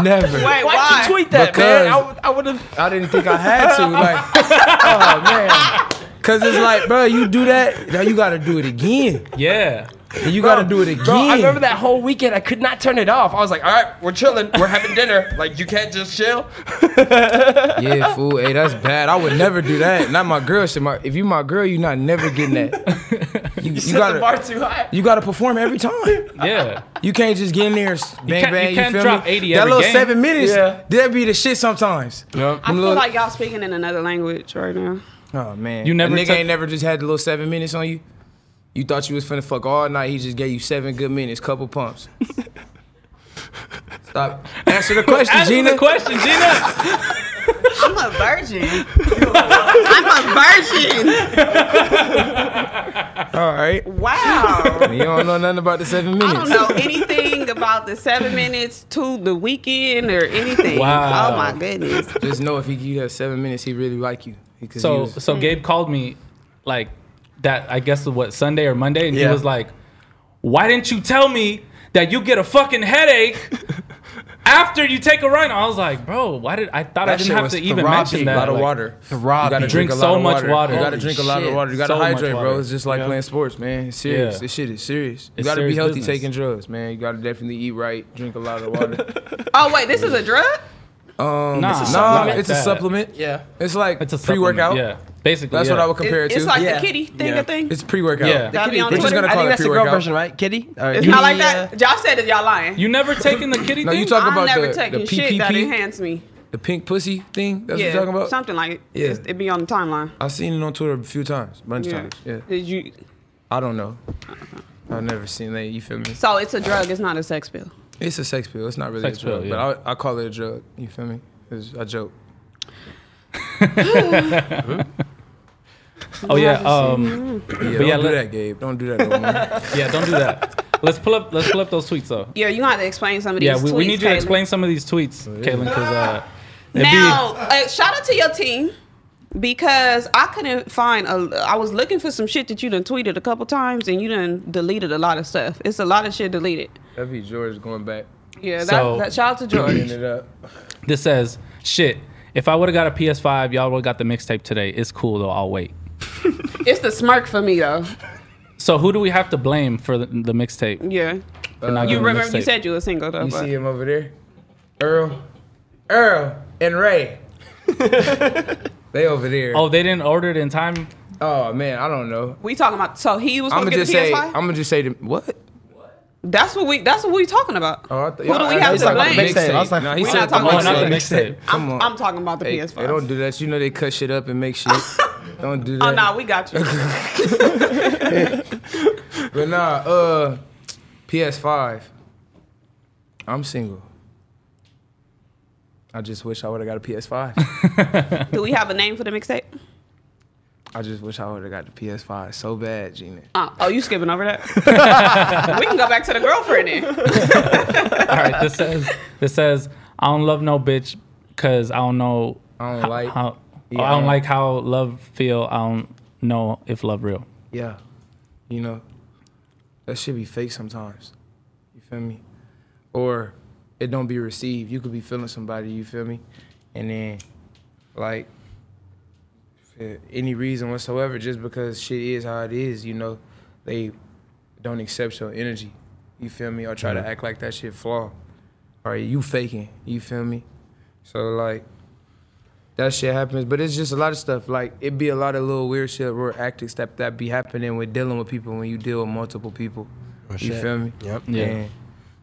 B: never.
C: Wait,
D: Why'd
C: why?
D: you tweet that,
B: Because-
D: man? I, would- I would have.
B: I didn't think I had to. Like, oh man. Cause it's like, bro, you do that, now you gotta do it again.
A: yeah.
B: And you gotta do it again.
D: Bro, I remember that whole weekend. I could not turn it off. I was like, all right, we're chilling. We're having dinner. Like, you can't just chill.
B: Yeah, fool. Hey, that's bad. I would never do that. Not my girl shit. My, if you my girl, you not never getting that. You, you
D: Set the bar
B: gotta,
D: too high.
B: you gotta perform every time.
A: Yeah.
B: You can't just get in there, and s- bang
A: can't-
B: bang.
A: you can't
B: feel
A: drop
B: me?
A: 80
B: That
A: every
B: little
A: game.
B: seven minutes,
D: Yeah.
B: that be the shit sometimes.
D: Yep.
C: I feel
B: Look.
C: like y'all speaking in another language right now.
B: Oh man,
A: You never
B: a nigga
A: took-
B: ain't never just had the little seven minutes on you. You thought you was finna fuck all night. He just gave you seven good minutes, couple pumps. Stop. Answer the question,
A: Ask me
B: Gina.
A: the question, Gina.
C: I'm a virgin. I'm a virgin.
B: All right.
C: Wow.
B: You don't know nothing about the seven minutes.
C: I don't know anything about the seven minutes to the weekend or anything.
A: Wow.
C: Oh my goodness.
B: Just know if he give you that seven minutes, he really like you. Because
A: So so
C: Mm.
A: Gabe called me like that I guess what Sunday or Monday and
D: Yeah.
A: he was like, "Why didn't you tell me that you get a fucking headache after you take a rhino?" I was like, "Bro, why did I thought I didn't have to even mention that?"
B: A lot of
A: Like,
B: water.
D: throbbing.
B: You gotta
A: Drink
B: a lot
A: so
B: of
A: much water.
B: You gotta
A: Holy
B: drink a lot of
D: shit.
B: water. You gotta
A: So much
B: hydrate, bro.
A: water.
B: It's just like playing sports, man. It's serious.
A: Yeah.
B: This shit is serious. You
A: It's
B: gotta be
A: serious
B: healthy
A: business.
B: taking drugs, man. You gotta definitely eat right, drink a lot of water.
C: Oh wait, this is a drug?
B: um,
A: Nah,
B: it's a
A: It's a
B: supplement.
A: supplement.
B: It's a
A: That-
B: supplement.
D: Yeah.
B: It's like
A: It's a
B: pre workout.
A: supplement, Yeah. Basically.
B: That's what
A: yeah.
B: I would compare it,
C: It's
B: to.
C: like
D: Yeah.
C: the kitty thing
D: Yeah.
C: a thing.
B: It's pre workout.
A: Yeah.
C: That'll be on
B: We're just
C: Twitter.
B: gonna
D: I
B: call
D: think
B: it
D: that's
B: pre
D: the girl
B: workout.
D: version, right? Kitty? Or
C: it's
D: kitty,
C: not like
D: uh,
C: that. Y'all said it, y'all lying.
A: You never taken the kitty
B: No,
A: thing?
B: you talk
C: I'm
B: about
C: never
B: the-
C: taking
B: the
C: shit that
B: PPP?
C: enhanced me.
B: The pink pussy thing. That's
C: yeah,
B: what you're talking about.
C: something like it.
B: Yeah.
C: It's- It be on the timeline.
B: I've seen it on Twitter a few times, bunch of
C: Yeah.
B: times. Yeah.
C: Did you?
B: I don't know. I've never seen that. You feel me?
C: So it's a drug. It's not a sex pill.
B: It's a sex pill. It's not really
A: Sex
B: a drug,
A: pill,
B: but I, I call it a drug. You feel me? It's a joke.
A: Oh yeah. Um,
B: Yeah, don't
A: yeah,
B: do
A: let-
B: that, Gabe. Don't do that no more.
A: yeah, don't do that. Let's pull up let's pull up those tweets though.
C: Yeah, you gonna have to explain some of these.
A: Yeah, we, we
C: tweets,
A: need you to
C: Caitlin.
A: explain some of these
B: Oh,
A: tweets, Caitlin, because uh it'd be-
C: Now, uh, shout out to your team because I couldn't find a. I was looking for some shit that you done tweeted a couple times and you done deleted a lot of stuff. It's a lot of shit deleted.
B: That'd be George going back,
C: Yeah, that,
A: So-
C: that shout out to Jordan.
B: cleaning it up.
A: This says, shit, if I would have got a PS5, y'all would have got the mixtape today. It's cool though, I'll wait.
C: it's the smirk for me though.
A: So who do we have to blame for the, the mixtape?
C: Yeah,
A: For not
C: you
A: getting the
C: remember you
A: mixtape?
C: said you were single though.
B: You
C: but-
B: see him over there, Earl, Earl, and Ray. they over there.
A: Oh,
B: Oh,
A: they didn't order it in time?
B: man, I don't know.
C: we talking about? So he was
B: I'm
C: supposed
B: gonna
C: to
B: just
C: get the
B: say.
C: PS5.
B: I'm gonna just say the what?
C: that's what we. That's what we talking about.
B: Oh, I th-
C: Who do we
B: I- I
C: have
B: was
C: to
B: talking about
C: blame?
B: the
D: Mixtape. I was like,
B: no, he
C: We're
B: said
C: not
B: the
C: talking about
A: Oh, not the
C: mixtape.
A: mixtape.
B: Come on.
C: I'm talking about the
B: Hey,
C: PS5.
B: hey, don't do that. You know they cut shit up and make shit. don't do that.
C: oh no, we got you.
B: But nah, uh, PS5. I'm single. I just wish I would have got a PS5.
C: do we have a name for the mixtape?
B: I just wish I would have got the PS5 so bad, Gina.
C: Uh, oh, you skipping over that? we can go back to the girlfriend then.
A: All right, this says, this says, I don't love no bitch because I don't know.
B: I don't
A: ho-
B: like-
A: How,
B: Yeah,
A: I
B: I
A: don't
B: don't-
A: like how love feel. I don't know if love real.
B: Yeah. You know, that shit be fake sometimes. You feel me? Or it don't be received. You could be feeling somebody, you feel me? And then, like, for any reason whatsoever, just because shit is how it is, you know, they don't accept your energy. You feel me? Or try to act like that shit flaw. Or you faking, you feel me? So, like, that shit happens. But it's just a lot of stuff. Like it be a lot of little weird shit, or tactics that that be happening with dealing with people when you deal with multiple people. you feel me?
D: Yep.
A: Yeah.
B: And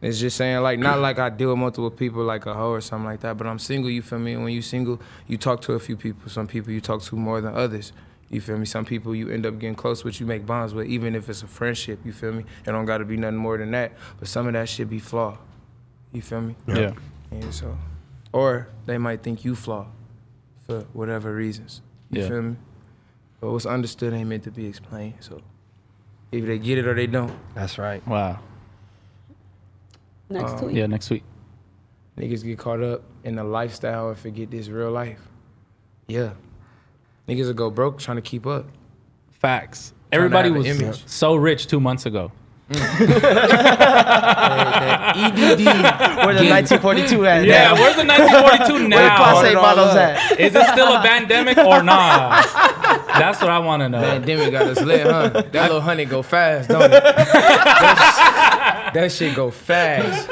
B: it's just saying like not like I deal with multiple people like a hoe or something like that. But I'm single. You feel me? And when you single, you talk to a few people. Some people you talk to more than others. You feel me? Some people you end up getting close with, you make bonds with, even if it's a friendship. You feel me? It don't gotta be nothing more than that. But some of that shit be flawed. You feel me?
A: Yeah.
B: And so Or they might think you flaw for whatever reasons. You
A: Yeah.
B: feel me? But what's understood ain't meant to be explained. So either they get it or they don't.
D: That's right.
A: Wow.
B: Um,
C: Next week.
A: Yeah, next week.
B: Niggas get caught up in the lifestyle and forget this real life. Yeah. Niggas will go broke trying to keep up.
A: Facts. Everybody
B: have an
A: was
B: image.
A: so rich two months ago.
B: EDD.
D: Where the 1942 at?
A: Yeah,
D: now?
A: where's the 1942
D: Where the
A: now?
D: Class A
B: it all
D: bottles
B: up.
D: at?
A: Is it still a pandemic or not? That's what I want to know.
B: Pandemic got us lit, huh? That little honey go fast, don't it? that, sh- that shit go fast.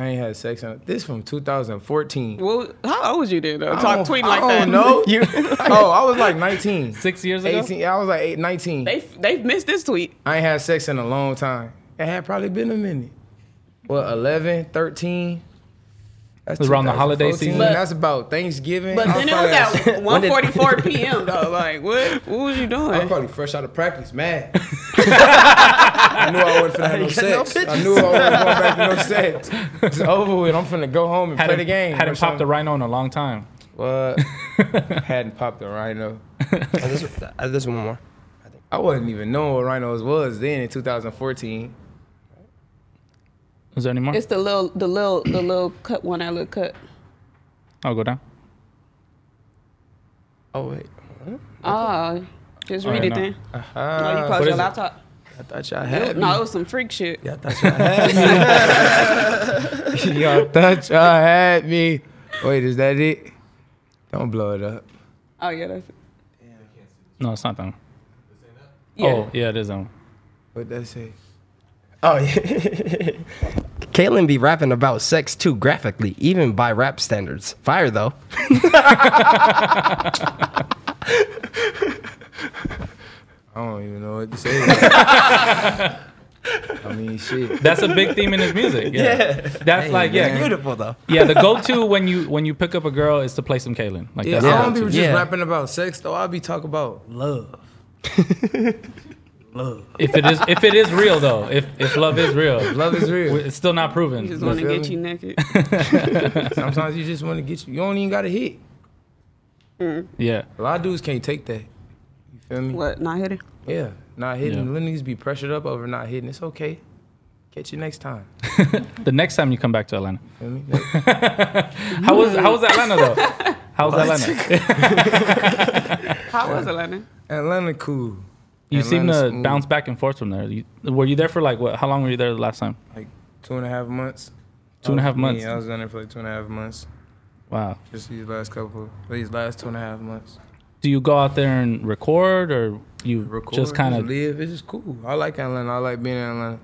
B: I ain't had sex on this from 2014.
C: Well, how old was you then though?
B: I
C: Talk
B: don't-
C: tweet like
B: I
C: that.
B: don't know.
D: You,
B: Oh, I was like 19.
A: Six years ago?
B: 18. I was like eight, 19.
C: They they've missed this tweet.
B: I ain't had sex in a long time. It had probably been a minute. What, 11, 13? That's
A: It was around the holiday
B: 2014.
A: season.
B: That's about Thanksgiving.
C: But
B: I
C: then it
B: probably
C: was
B: had sex-
C: at
D: When did-
C: 1:44 p.m. though. Like what? What was you
B: I was
C: doing?
B: probably fresh out of practice, mad. I knew I wasn't finna have no
D: Get no
B: sex. I knew I wasn't going back to no sex. It's over with. I'm finna go home and play
A: hadn't,
B: the game. or
A: Hadn't popped a
B: something.
A: rhino in a long time.
B: What? hadn't popped a rhino.
D: there's, there's uh, one more.
B: I wasn't even knowing what rhinos was then in 2014.
A: Is there any more?
C: It's the little the little the little cut one that little cut.
A: I'll go down.
D: Oh wait,
C: Oh, just read
A: yeah,
C: it
A: no.
C: then.
B: Uh-huh.
C: no, you closed
A: is
C: your
A: it?
C: laptop.
B: I thought y'all had me.
C: No, it was some freak shit.
B: Y'all thought y'all had me. y'all thought y'all had me. Wait, is that it? Don't blow it up.
C: Oh yeah, that's it.
A: No, it's not that one.
C: Yeah.
A: Oh, yeah, it is that one.
B: What that say?
D: Oh yeah. Caitlyn be rapping about sex too graphically, even by rap standards. Fire though.
B: I don't even know what to say. I mean, shit.
A: That's a big theme in his music. Yeah. That's like, yeah.
D: beautiful though.
A: Yeah, the go-to when you when you pick up a girl is to play some Kalen. Like
B: Yeah,
A: that's
B: I
A: the
B: don't be
A: go-to.
B: just
D: Yeah.
B: rapping about sex though. I be talking about love.
A: if it is if it is real though. If if love is real,
B: Love is real.
A: it's still not
C: You just
A: proven.
C: want to
B: feel
C: get
B: me?
C: you naked.
B: Sometimes you just want to get you. You don't even got to hit.
A: Yeah.
B: A lot of dudes can't take that. You feel me?
C: what? Not hitting.
B: Yeah, not hitting.
A: Yeah.
B: Let niggas be pressured up over not hitting. It's okay. Catch you next time.
A: The next time you come back to Atlanta.
B: Feel me? Like,
A: How was how was Atlanta though? How was Atlanta?
C: How was Atlanta?
B: Atlanta cool.
A: You seem
B: Atlanta's
A: to
B: smooth.
A: bounce back and forth from there. You, were you there for like what? How long were you there the last time?
B: Like two and a half months.
A: Two and a half months.
B: Yeah, I was down there Oh, for like two and a half months.
A: Wow.
B: Just these last couple, these last two and a half months.
A: Do you go out there and record, or you
B: Record,
A: just kind of? Do
B: live. It's just cool. I like Atlanta. I like being in Atlanta.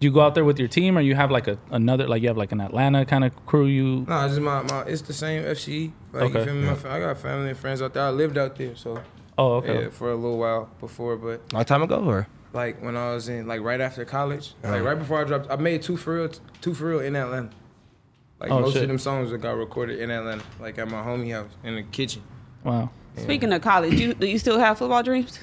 A: you go out there with your team, or you have like a another like you have like an Atlanta kind of crew? You
B: No, it's just my, my it's the same FCE. Like
A: Okay.
B: you feel me? My, fa- I got family and friends out there. I lived out there, so
A: oh okay
B: yeah, for a little while before. But
D: Long time ago, or
B: like when I was in like right after college,
A: Uh-huh.
B: like right before I dropped, I made two for real, two for real in Atlanta. Like
A: Oh,
B: most
A: shit.
B: of them songs that got recorded in Atlanta, like at my homie house in the kitchen.
A: wow
C: Speaking of college, you do you still have football dreams?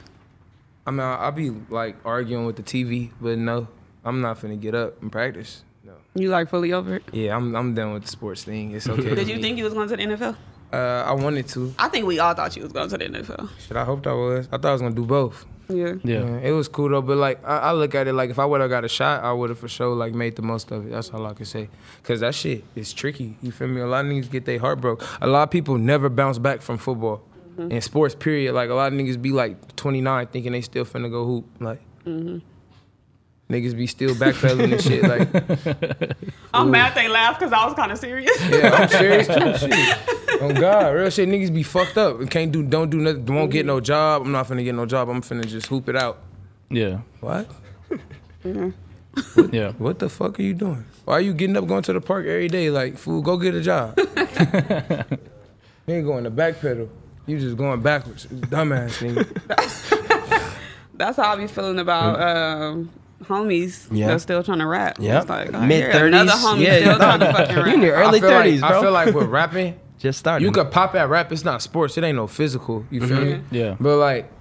B: I mean, I, I be like arguing with the TV, but no, I'm not finna get up and practice. No.
C: You like fully over it?
B: Yeah, I'm I'm done with the sports thing. It's okay.
C: Did you think you was going to the NFL?
B: Uh, I wanted to.
C: I think we all thought you was going to the NFL.
B: Shit, I hoped I was. I thought I was gonna do both.
C: Yeah.
A: yeah.
B: Yeah, it was cool though, but like I, I look at it like if I would have got a shot, I would have for sure like made the most of it. That's all I can say, cause that shit is tricky. You feel me? A lot of niggas get their heart broke. A lot of people never bounce back from football, in sports. Period. Like a lot of niggas be like 29 thinking they still finna go hoop. Like niggas be still backpedaling and shit. Like
C: I'm mad they laughed because I was kind of serious.
B: Yeah, I'm serious too. Shit. Oh God, real shit. Niggas be fucked up. and Can't do, don't do nothing. Won't get no job. I'm not finna get no job. I'm finna just hoop it out.
A: Yeah.
B: What?
A: Yeah.
B: What the fuck are you doing? Why are you getting up going to the park every day? Like, fool, go get a job. nigga going to backpedal. You just going backwards. Dumbass nigga.
C: That's how I be feeling about um, homies
D: Yeah.
C: that's still trying to rap.
D: Yep.
C: It's like, oh,
D: Mid-thirties.
C: here Another homie
D: Yeah,
C: still
D: no.
C: trying to fucking
D: you in
C: rap.
D: your early
B: I feel like-
D: thirties, bro?
B: I feel like with rapping,
D: just started.
B: you could pop at rap. It's not sports. It ain't no physical. You feel me?
A: Yeah.
B: Mm-hmm. But like,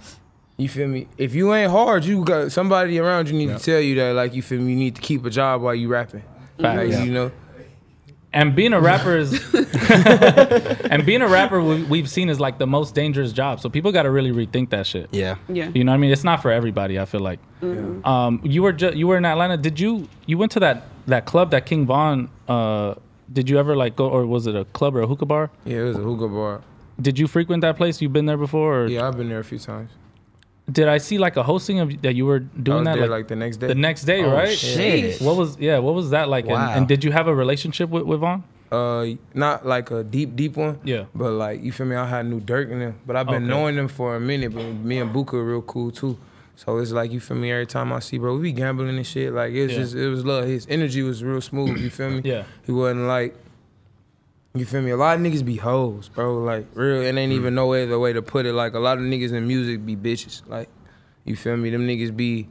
B: you feel me? If you ain't hard, you got somebody around you need to tell you that. Like, you feel me? You need to keep a job while you rapping.
A: Facts.
B: Like, You know,
A: and being a rapper is and being a rapper we, we've seen is like the most dangerous job. So people got to really rethink that shit.
D: Yeah.
C: Yeah.
A: You know what I mean? It's not for everybody. I feel like.
C: Mm-hmm.
A: Um, you were ju- you were in Atlanta. Did you you went to that that club that King Von? Uh, did you ever like go or was it a club or a hookah bar?
B: Yeah, it was a hookah bar.
A: Did you frequent that place? You've been there before? Or
B: Yeah, I've been there a few times.
A: Did I see like a hosting of that you were doing
B: I was
A: that
B: there like, the next day.
A: the next day,
D: Oh,
A: right?
D: shit.
A: What was yeah? What was that like? And-
D: Wow.
A: And, did you have a relationship with, with Vaughn?
B: uh not like a deep deep one
A: Yeah.
B: but like you feel me i had new dirk in them but i've been
A: Okay.
B: knowing them for a minute but me and buka real cool too so it's like you feel me every time i see bro we be gambling and shit like it was
A: Yeah.
B: just it was love his energy was real smooth you feel me
A: Yeah.
B: he wasn't like you feel me? A lot of niggas be hoes, bro. Like real, it ain't
A: Mm.
B: even no other way to put it. Like a lot of niggas in music be bitches. Like, you feel me? Them niggas be,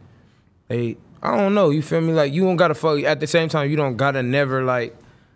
B: they. I don't know. You feel me? Like you don't gotta fuck. At the same time, you don't gotta never like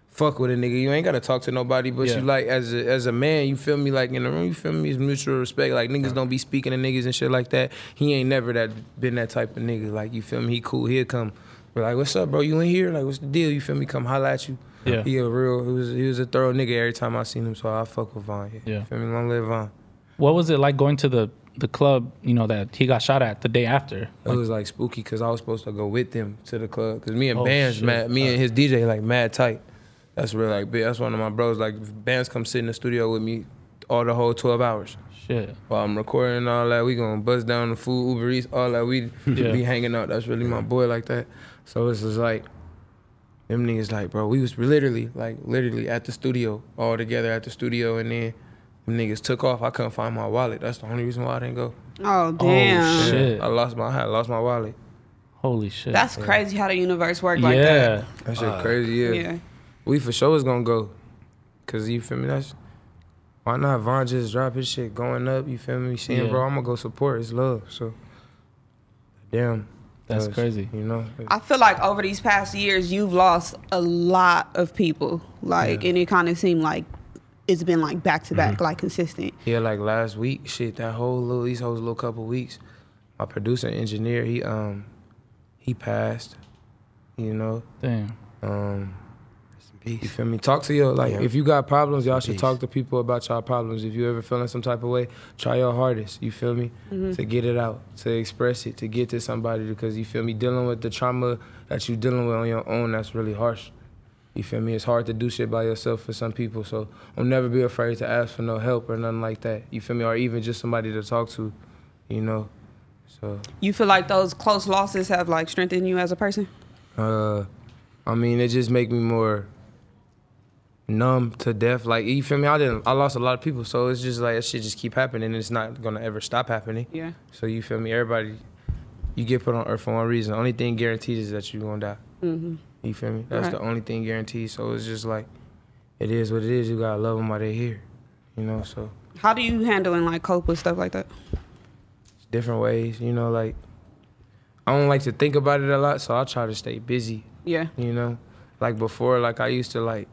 B: fuck with a nigga. You ain't gotta talk to nobody. But
A: Yeah.
B: you like as a, as a man, you feel me? Like in the room, you feel me? It's mutual respect. Like niggas don't be speaking to niggas and shit like that. He ain't never that been that type of nigga. Like you feel me? He cool. He'll come. We're like, what's up, bro? You in here? Like, what's the deal? You feel me? Come holla at you.
A: Yeah.
B: He a real. He was he was a thorough nigga. Every time I seen him, so I fuck with Von. Yeah.
A: Yeah.
B: Feel me? Long live Von.
A: What was it like going to the the club? You know that he got shot at the day after.
B: It was like spooky because I was supposed to go with them to the club because me and
A: Oh,
B: bands,
A: shit.
B: mad, me and his DJ like mad tight. That's real like big. That's one of my bros. Like bands come sit in the studio with me all the whole twelve hours
A: Shit.
B: while I'm recording and all that. We gonna buzz down the food, Uber Eats, all that. We
A: Yeah.
B: be hanging out. That's really my boy like that. So it's just like them niggas like, bro, we was literally like literally at the studio all together at the studio, and then them niggas took off. I couldn't find my wallet. That's the only reason why I didn't go.
C: Oh damn.
A: Oh shit.
B: I lost my I had lost my wallet.
A: Holy shit.
C: That's crazy how the universe work like
A: yeah.
B: That shit
A: Uh,
B: crazy. Yeah.
C: that. Yeah.
B: we for sure is gonna go. Cause you feel me? That's why not Von just drop his shit going up, you feel me? Seeing
A: Yeah.
B: bro, I'm gonna go support. It's love. So damn.
A: That's
B: does,
A: crazy.
B: You know?
C: I feel like over these past years, you've lost a lot of people. Like,
B: Yeah.
C: and it kind of seemed like it's been like back to back, like consistent.
B: Yeah, like last week, shit, that whole little these whole little couple weeks, my producer engineer, he um he passed. You know.
A: Damn.
B: Um You feel me? Talk to your like if you got problems, y'all should
D: Peace.
B: talk to people about y'all problems. If you ever feeling some type of way, try your hardest. You feel me? To get it out, to express it, to get to somebody because you feel me dealing with the trauma that you dealing with on your own. That's really harsh. You feel me? It's hard to do shit by yourself for some people. So I'll never be afraid to ask for no help or nothing like that. You feel me? Or even just somebody to talk to. You know. So.
C: You feel like those close losses have like strengthened you as a person?
B: Uh, I mean, it just make me more numb to death. Like you feel me? I didn't. I lost a lot of people, so it's just like that shit just keep happening, and it's not gonna ever stop happening.
C: Yeah.
B: So you feel me? Everybody, you get put on earth for one reason. Only thing guaranteed is that you're gonna die. Mm-hmm. You feel me? That's
C: Right.
B: the only thing guaranteed. So it's just like, it is what it is. You gotta love them while they're here. You know. So
C: How do you handle and like cope with stuff like that?
B: different ways. You know, like I don't like to think about it a lot, so I try to stay busy.
C: Yeah.
B: You know, like before, like I used to like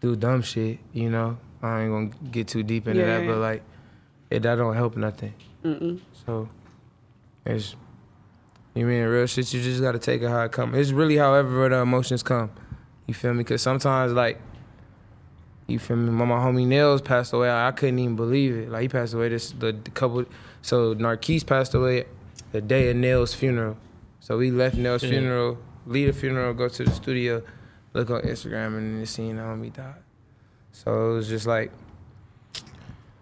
B: do dumb shit. You know, I ain't gonna get too deep into
C: Yeah,
B: that,
C: yeah,
B: but
C: yeah.
B: like it, that don't help nothing. So it's you mean real shit. You just gotta take it how it come. It's really however the emotions come. You feel me? Cause sometimes like you feel me? My, my homie Nails passed away. I, I couldn't even believe it. Like he passed away this the, the couple. So Narquise passed away the day of Nails' funeral. So we left Nails'
A: Shit.
B: funeral, leave the funeral, go to the studio, look on Instagram, and then seeing the homie died. So it was just like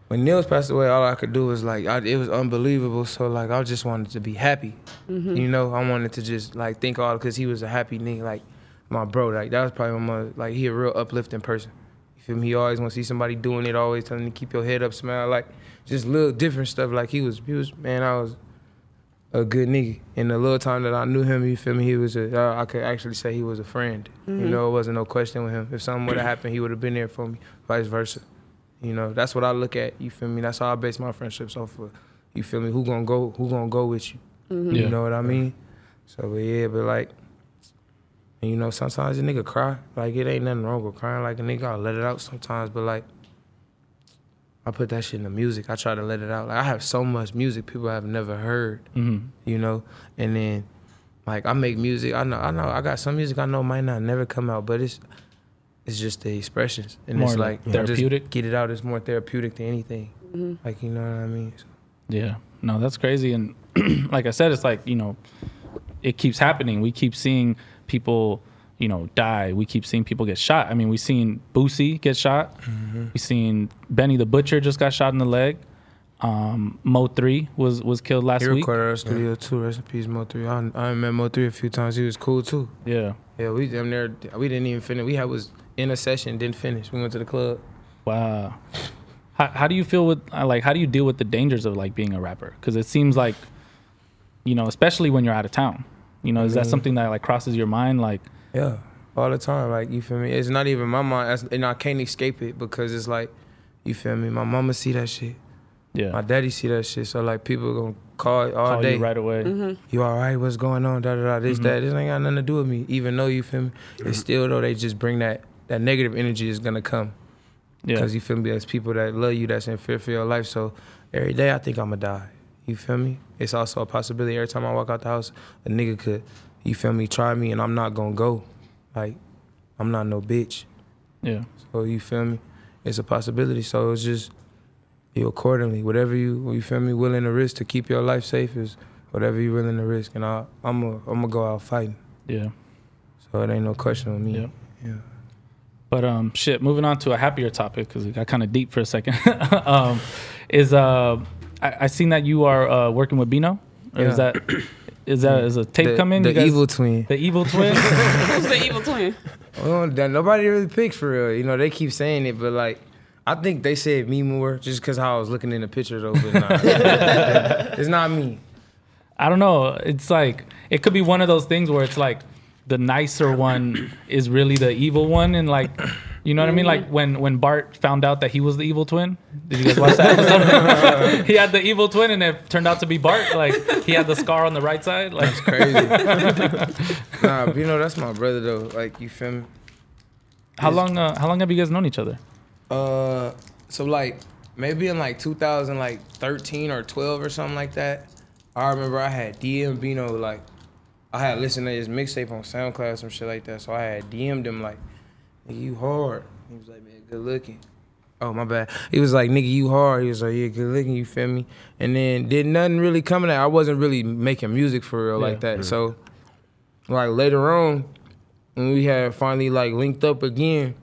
B: when Nils passed away, all I could do was like I, it was unbelievable. So like I just wanted to be happy, you know. I wanted to just like think all because he was a happy nigga, like my bro. Like that was probably my like he a real uplifting person. You feel me? He always want to see somebody doing it. Always telling me keep your head up, smile like just little different stuff. Like he was he was man, I was a good nigga. In the little time that I knew him, you feel me? He was a uh, I could actually say he was a friend. You know, it wasn't no question with him. If something would have happened, he would have been there for me. Vice versa. You know, that's what I look at. You feel me? That's how I base my friendships off of. You feel me? Who gonna go? Who gonna go with you?
A: Yeah.
B: You know what I mean? So, but yeah, but like, and you know, sometimes a nigga cry. Like it ain't nothing wrong with crying. Like a nigga gotta let it out sometimes. But like, I put that shit in the music. I try to let it out. Like I have so much music people have never heard.
A: Mm-hmm.
B: You know, and then like I make music. I know, I know, I got some music I know might not never come out, but it's it's just the expressions, and it's
A: More
B: like I just
A: therapeutic?
B: get it out. It's more therapeutic than anything. Like you know what I mean. So,
A: Yeah. No, that's crazy. And like I said, it's like, you know, it keeps happening. We keep seeing people, you know, die. We keep seeing people get shot. I mean, we've seen Boosie get shot.
B: Mm-hmm.
A: We've seen Benny the Butcher just got shot in the leg. Um, Mo 3 was, was killed last
B: he
A: week.
B: recorded our studio too. Rest in peace, Mo Three. I, I met Mo Three a few times. He was cool too.
A: Yeah.
B: Yeah, we damn near we didn't even finish. We had was in a session, didn't finish. We went to the club.
A: Wow. How, how do you feel with uh, like how do you deal with the dangers of like being a rapper? Because it seems like, you know, especially when you're out of town. You know, is
B: Mm-hmm.
A: that something that like crosses your mind? Like,
B: Yeah, all the time. Like you feel me? It's not even my mind, that's- and I can't escape it because it's like, you feel me? My mama see that shit.
A: yeah,
B: My daddy see that shit. So like people gonna call all
A: call
B: day.
A: you right away.
B: you all right? What's going on? Da da da. This that. This ain't got nothing to do with me. Even though you feel me, it's still though they just bring that that negative energy is gonna come
A: Yeah,
B: because you feel me. There's people that love you that's in fear for your life. So every day I think I'ma die. You feel me? It's also a possibility. Every time I walk out the house, a nigga could, you feel me, try me, and I'm not gonna go. Like I'm not no bitch.
A: yeah.
B: So you feel me? It's a possibility. So it's just you accordingly. Whatever you you feel me willing to risk to keep your life safe is whatever you willing to risk. And I I'm a, I'm gonna go out fighting.
A: Yeah.
B: So it ain't no question on me.
A: Yep.
B: Yeah.
A: But um, shit. Moving on to a happier topic because it got kind of deep for a second. um, is uh, I, I seen that you are uh, working with Bino. Or Is
B: Yeah.
A: that is that is a tape
B: The,
A: coming?
B: the evil twin.
A: the evil twin.
C: Who's the evil twin?
B: Well, that nobody really picks for real. You know, they keep saying it, but like, I think they said me more just because how I was looking in the picture though. But nah, it's not me.
A: I don't know. It's like it could be one of those things where it's like the nicer one is really the evil one, and like you know what I mean. Like when when Bart found out that he was the evil twin. Did you guys watch that episode? he had the evil twin, and it turned out to be Bart. Like he had the scar on the right side. Like
B: Crazy. nah, but you know that's my brother though. Like you feel me?
A: how long uh, how long have you guys known each other?
B: Uh, so like maybe in like 2013 or 12 or something like that. I remember I had DM Bino like I had listened to his mixtape on SoundCloud some shit like that. So I had DM'd him like, "Nigga, you hard." He was like, "Man, good looking." Oh my bad. He was like, "Nigga, you hard." He was like, "Yeah, good looking." You feel me? And then did nothing really coming out. I wasn't really making music for real like
A: Yeah.
B: that. So like later on, when we had finally like linked up again,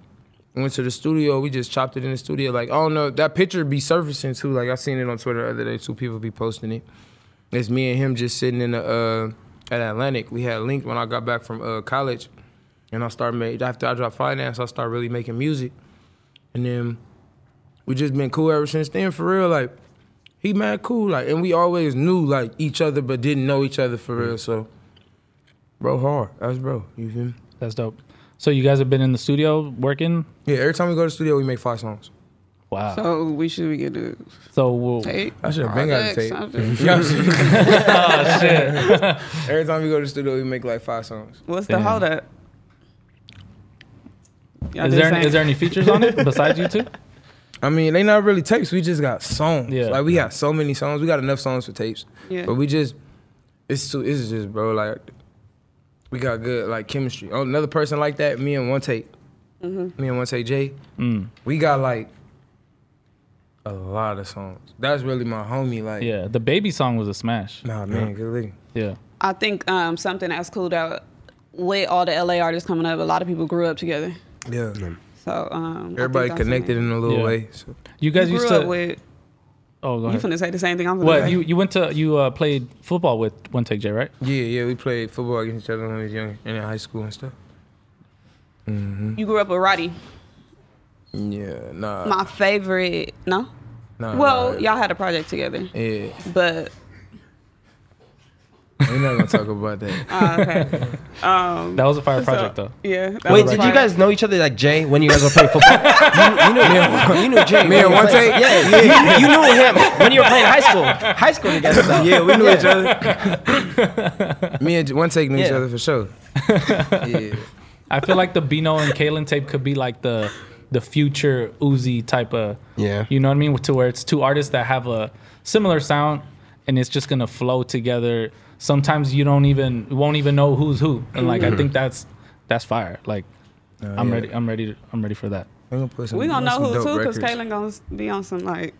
B: went to the studio. We just chopped it in the studio. Like I don't know, that picture be surfacing too. Like I seen it on Twitter the other day. Two people be posting it. It's me and him just sitting in the uh, at Atlantic. We had linked when I got back from uh, college, and I started made after I dropped finance. I started really making music, and then we just been cool ever since then. For real, like he mad cool, like and we always knew like each other, but didn't know each other for real. So. Bro, hard. That's bro. You feel me?
A: That's dope. So you guys have been in the studio working.
B: Yeah, every time we go to the studio, we make five songs.
A: Wow. So,
C: So Oh, we should get a
A: we'll,
C: tape.
B: I should have been got a
C: project,
B: tape.
C: something.
B: Yeah, I'm serious.
A: oh shit.
B: every time we go to the studio, we make like five songs.
C: What's the
A: Yeah.
C: hold up? Y'all
A: Is
C: do
A: there
C: the
A: any, is there
C: same.
A: any features on it besides you two?
B: I mean, they not really tapes. We just got songs.
A: Yeah.
B: Like we got so many songs. We got enough songs for tapes.
C: Yeah.
B: But we just, it's too, it's just bro. Like we got good like chemistry. Oh, another person like that, me and one take,
C: Mm-hmm.
B: me and one take Jay.
A: Mm.
B: We got like a lot of songs. That's really my homie. Like
A: Yeah, the baby song was a smash.
B: nah, man, good looking.
A: Yeah.
C: I think um, something that's cool that with all the LA artists coming up, a lot of people grew up together.
B: Yeah.
C: So um, I think
B: Everybody
C: that's
B: connected in a little
A: Yeah.
B: way. So.
A: You guys
C: You
A: used
C: grew
A: to.
C: up with.
A: oh, go
C: You
A: ahead.
C: finna say the same thing I'm finna
A: What
C: say.
A: you you went to you uh, played football with One Take J, right?
B: Yeah, yeah, we played football against each other when we was young and in high school and stuff.
C: You grew up with Roddy.
B: Yeah, nah.
C: My favorite. No.
B: nah
C: Well,
B: nah.
C: y'all had a project together,
B: Yeah,
C: but
B: we're not gonna talk about that.
C: uh, okay.
A: That was a fire project though.
C: yeah. that
D: Wait,
C: was
D: did
C: fire.
D: you guys know each other like Jay when you guys were playing football? you, you knew him. You knew Jay.
B: Me and
D: when you
B: one
D: played-
B: take?
D: Yeah, yeah. You, you knew him when you were playing high school. High school together. So.
B: yeah, we knew each other. Me and J- one take knew each
D: Yeah.
B: other for sure. Yeah,
A: I feel like the Bino and Kalen tape could be like the the future Uzi type of
D: Yeah.
A: You know what I mean? To where it's two artists that have a similar sound and it's just gonna flow together.
B: Mm-hmm.
A: Sometimes you don't even won't even know who's who. And like I think that's that's fire. Like I'm
B: yeah.
A: ready. I'm ready. to- I'm ready for that.
B: We're gonna put some.
C: We gonna know
B: some
C: who
B: dope
C: too, because
B: records.
C: Kaylin gonna s- be on some like.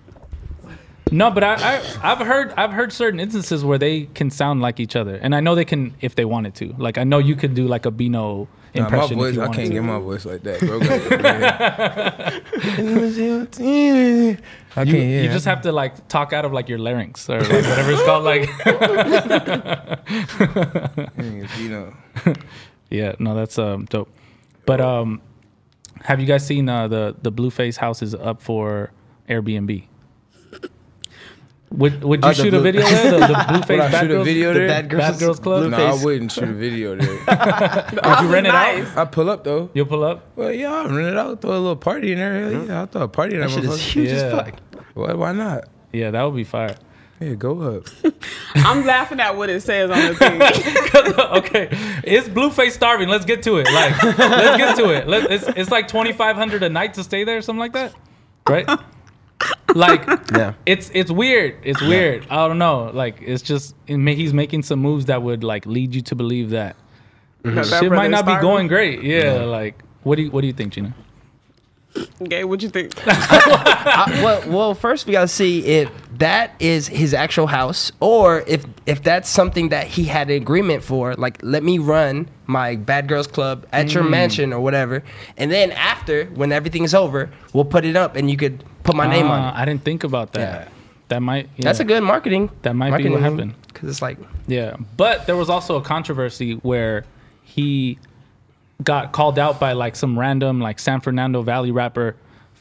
A: No, but I, I I've heard I've heard certain instances where they can sound like each other, and I know they can if they wanted to. Like I know you could do like a Beano
B: Nah, my
A: impression. if
B: voice,
A: you
B: I
A: wanted
B: can't
A: to.
B: get my voice like that, bro. I can't.
A: You,
B: yeah,
A: you just have to like talk out of like your larynx or like, whatever it's called. Like,
B: You know,
A: yeah, no, that's um dope. But um, have you guys seen uh, the the Blueface house is up for Airbnb? Would Would you
D: Oh, the
A: shoot a
D: Blue-
A: video there? The, the
B: would
A: Blueface
B: I
A: bad
B: shoot a
A: girls,
B: video
D: the
B: there?
D: bad
A: bad girls club?
B: No,
D: Blueface.
B: I wouldn't shoot a video there.
A: Would you rent it out?
B: I pull up though.
A: You'll pull up.
B: Well, yeah, I'll rent it out. Throw a little party in there. Hell Yeah, I'll throw a party in there.
D: That shit is
B: motherfucker.
D: huge
A: Yeah.
D: as fuck.
B: Why, why not?
A: Yeah, that would be fire.
B: Yeah, go up.
C: I'm laughing at what it says on the thing.
A: okay, it's Blueface starving. Let's get to it. Like, let's get to it. Let, it's, it's like twenty five hundred a night to stay there, or something like that, right? Like,
D: Yeah.
A: it's it's weird. It's weird. I don't know. Like, it's just it ma- he's making some moves that would like lead you to believe that
D: Mm-hmm.
A: shit might not be going great. Yeah, like. What do you What do you think, Gina?
C: Gay, what you think?
D: I- Uh, well, well, first we gotta see if that is his actual house, or if if that's something that he had an agreement for. Like, let me run my Bad Girls Club at
A: Mm-hmm.
D: your mansion or whatever, and then after, when everything's over, we'll put it up, and you could put my name
A: Ah,
D: on it.
A: I didn't think about that.
D: Yeah.
A: That might. yeah.
D: That's a good marketing.
A: That might be what happened.
D: because it's like
A: Yeah, but there was also a controversy where he got called out by like some random like San Fernando Valley rapper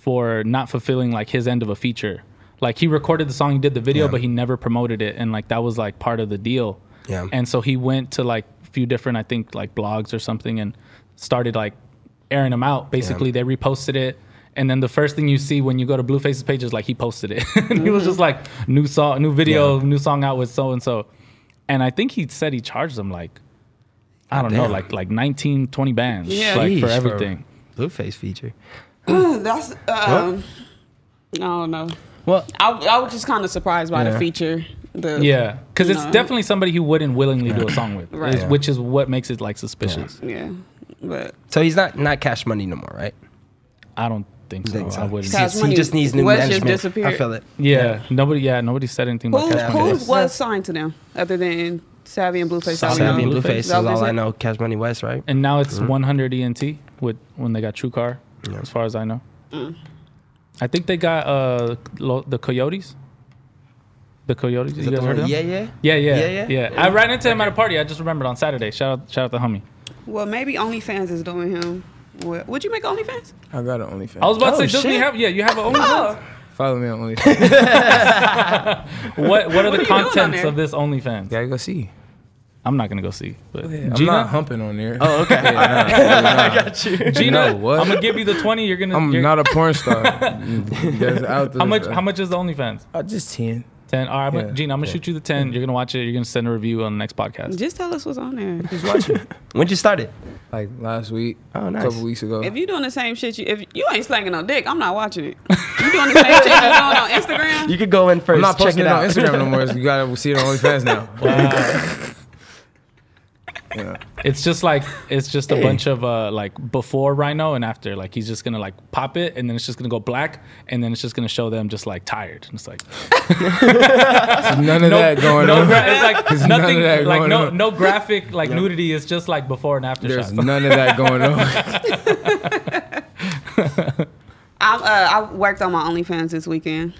A: for not fulfilling like his end of a feature. Like he recorded the song, he did the video, but he never promoted it, and like that was like part of the deal.
D: Yeah.
A: And so he went to like a few different, I think, like blogs or something, and started like airing them out. Basically, they reposted it. And then the first thing you see when you go to Blueface's page is like he posted it. and he was just like new song, new video, new song out with so and so. And I think he said he charged them like I don't know, like like 19, 20 bands
C: Yeah.
A: like for
D: Yeesh, bro.
A: everything.
D: Blueface feature.
C: That's um, I don't know.
D: Well,
C: I, I was just kind of surprised by the
D: Yeah.
C: feature. The
A: Yeah, because it's
C: No.
A: definitely somebody he wouldn't willingly do a song with,
C: Right.
A: is- which is what makes it like suspicious.
C: yeah, but
D: so he's not not Cash Money no more, right?
A: I don't think so.
D: Think so.
A: I wouldn't.
C: Cash
D: He
C: Money
D: just needs new
C: was just
D: management.
C: disappeared.
D: I feel it.
A: yeah, nobody. Yeah, nobody said anything
C: who
A: about Cash Money.
C: who
D: Blueface.
C: was signed to them other than Savvy and Blueface?
A: Savvy
D: Savvy
A: and
D: and
C: Blue.
A: Oh,
D: Blueface
A: Blueface.
D: is
C: Is that what
D: all
C: they
D: I
C: said?
D: know. Cash Money West, right?
A: and now it's
D: Mm.
A: 100 ENT with when they got True Car, as far as I know.
C: Mm.
A: I think they got uh lo- the Coyotes. The Coyotes, you
D: Is that
A: guys
D: the
A: heard
D: one-
A: of them?
D: yeah, yeah.
A: Yeah, yeah,
D: Yeah,
A: yeah,
D: yeah.
A: yeah. I ran into him at a party. I just remembered on Saturday. Shout out, shout out to homie.
C: Well, maybe OnlyFans is doing him. Well, Would you make OnlyFans?
B: I got an OnlyFans.
A: I was about
D: Oh,
A: to say, doesn't he
D: shit.
A: have? Yeah, you have an OnlyFans.
C: Oh,
B: Follow me on OnlyFans.
A: What What are the
C: are you doing on
A: contents
C: there?
A: of this OnlyFans?
B: Gotta go see.
A: I'm not gonna go see. But
B: I'm
A: Gina,
B: not humping on there. Oh, okay. I got you.
A: Gina,
B: No, what?
A: I'm gonna give you the twenty. You're gonna.
B: I'm
A: you're-
B: not a porn star. That's out there.
A: how much? How much is the OnlyFans?
D: Oh,
B: Uh, just ten.
A: Ten. All right, I'm gonna-
B: Yeah.
A: Gina, I'm gonna shoot you the ten. You're gonna watch it. You're gonna send a review on the next podcast.
C: just tell us what's on there.
B: Just watching.
D: When'd you start it?
B: like last week.
D: Oh, nice.
B: A couple weeks ago.
C: If you doing the same shit, you, if you ain't slanging no dick, I'm not watching it. You doing the same shit you doing on Instagram?
D: You could go in first.
B: I'm not
D: check
B: posting
D: it
B: it on
D: out.
B: Instagram no more. so You gotta see it on OnlyFans now. Yeah.
A: It's just like it's just a
D: Hey.
A: bunch of uh like before Rhino and after. Like he's just gonna like pop it and then it's just gonna go black and then it's just gonna show them just like tired. And it's like
B: None of that going
A: no
B: on.
A: gra- it's like
B: none of
A: nothing
B: that
A: like
B: going
A: no
B: on.
A: no graphic like nudity. It's just like before and after
B: There's
A: shots.
B: none of that going on.
C: I, uh, I worked on my OnlyFans this weekend.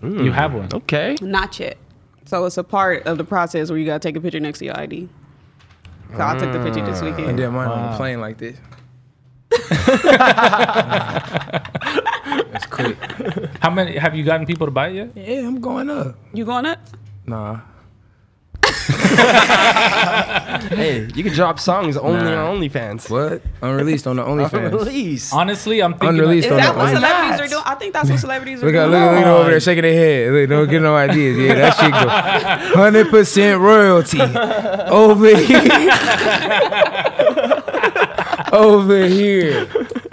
A: you have one.
D: Okay.
C: Not yet. So it's a part of the process where you gotta take a picture next to your ID. So I took the picture this
B: I
C: weekend.
B: did mine on the plane like this. That's quick.
A: How many have you gotten people to buy it yet?
B: Yeah, I'm going up.
C: You going up?
B: Nah.
D: Hey, you can drop songs only
B: Nah.
D: on OnlyFans.
B: What? Unreleased on the OnlyFans.
D: Release.
A: Honestly, I'm thinking
B: Unreleased
C: Is
B: on the
C: that what
B: OnlyFans.
C: celebrities are doing? I think that's what celebrities are
B: Look at
C: doing.
B: look at look at over there shaking their head. Look, don't get no ideas. Yeah, that shit go. Hundred percent royalty over here. over here.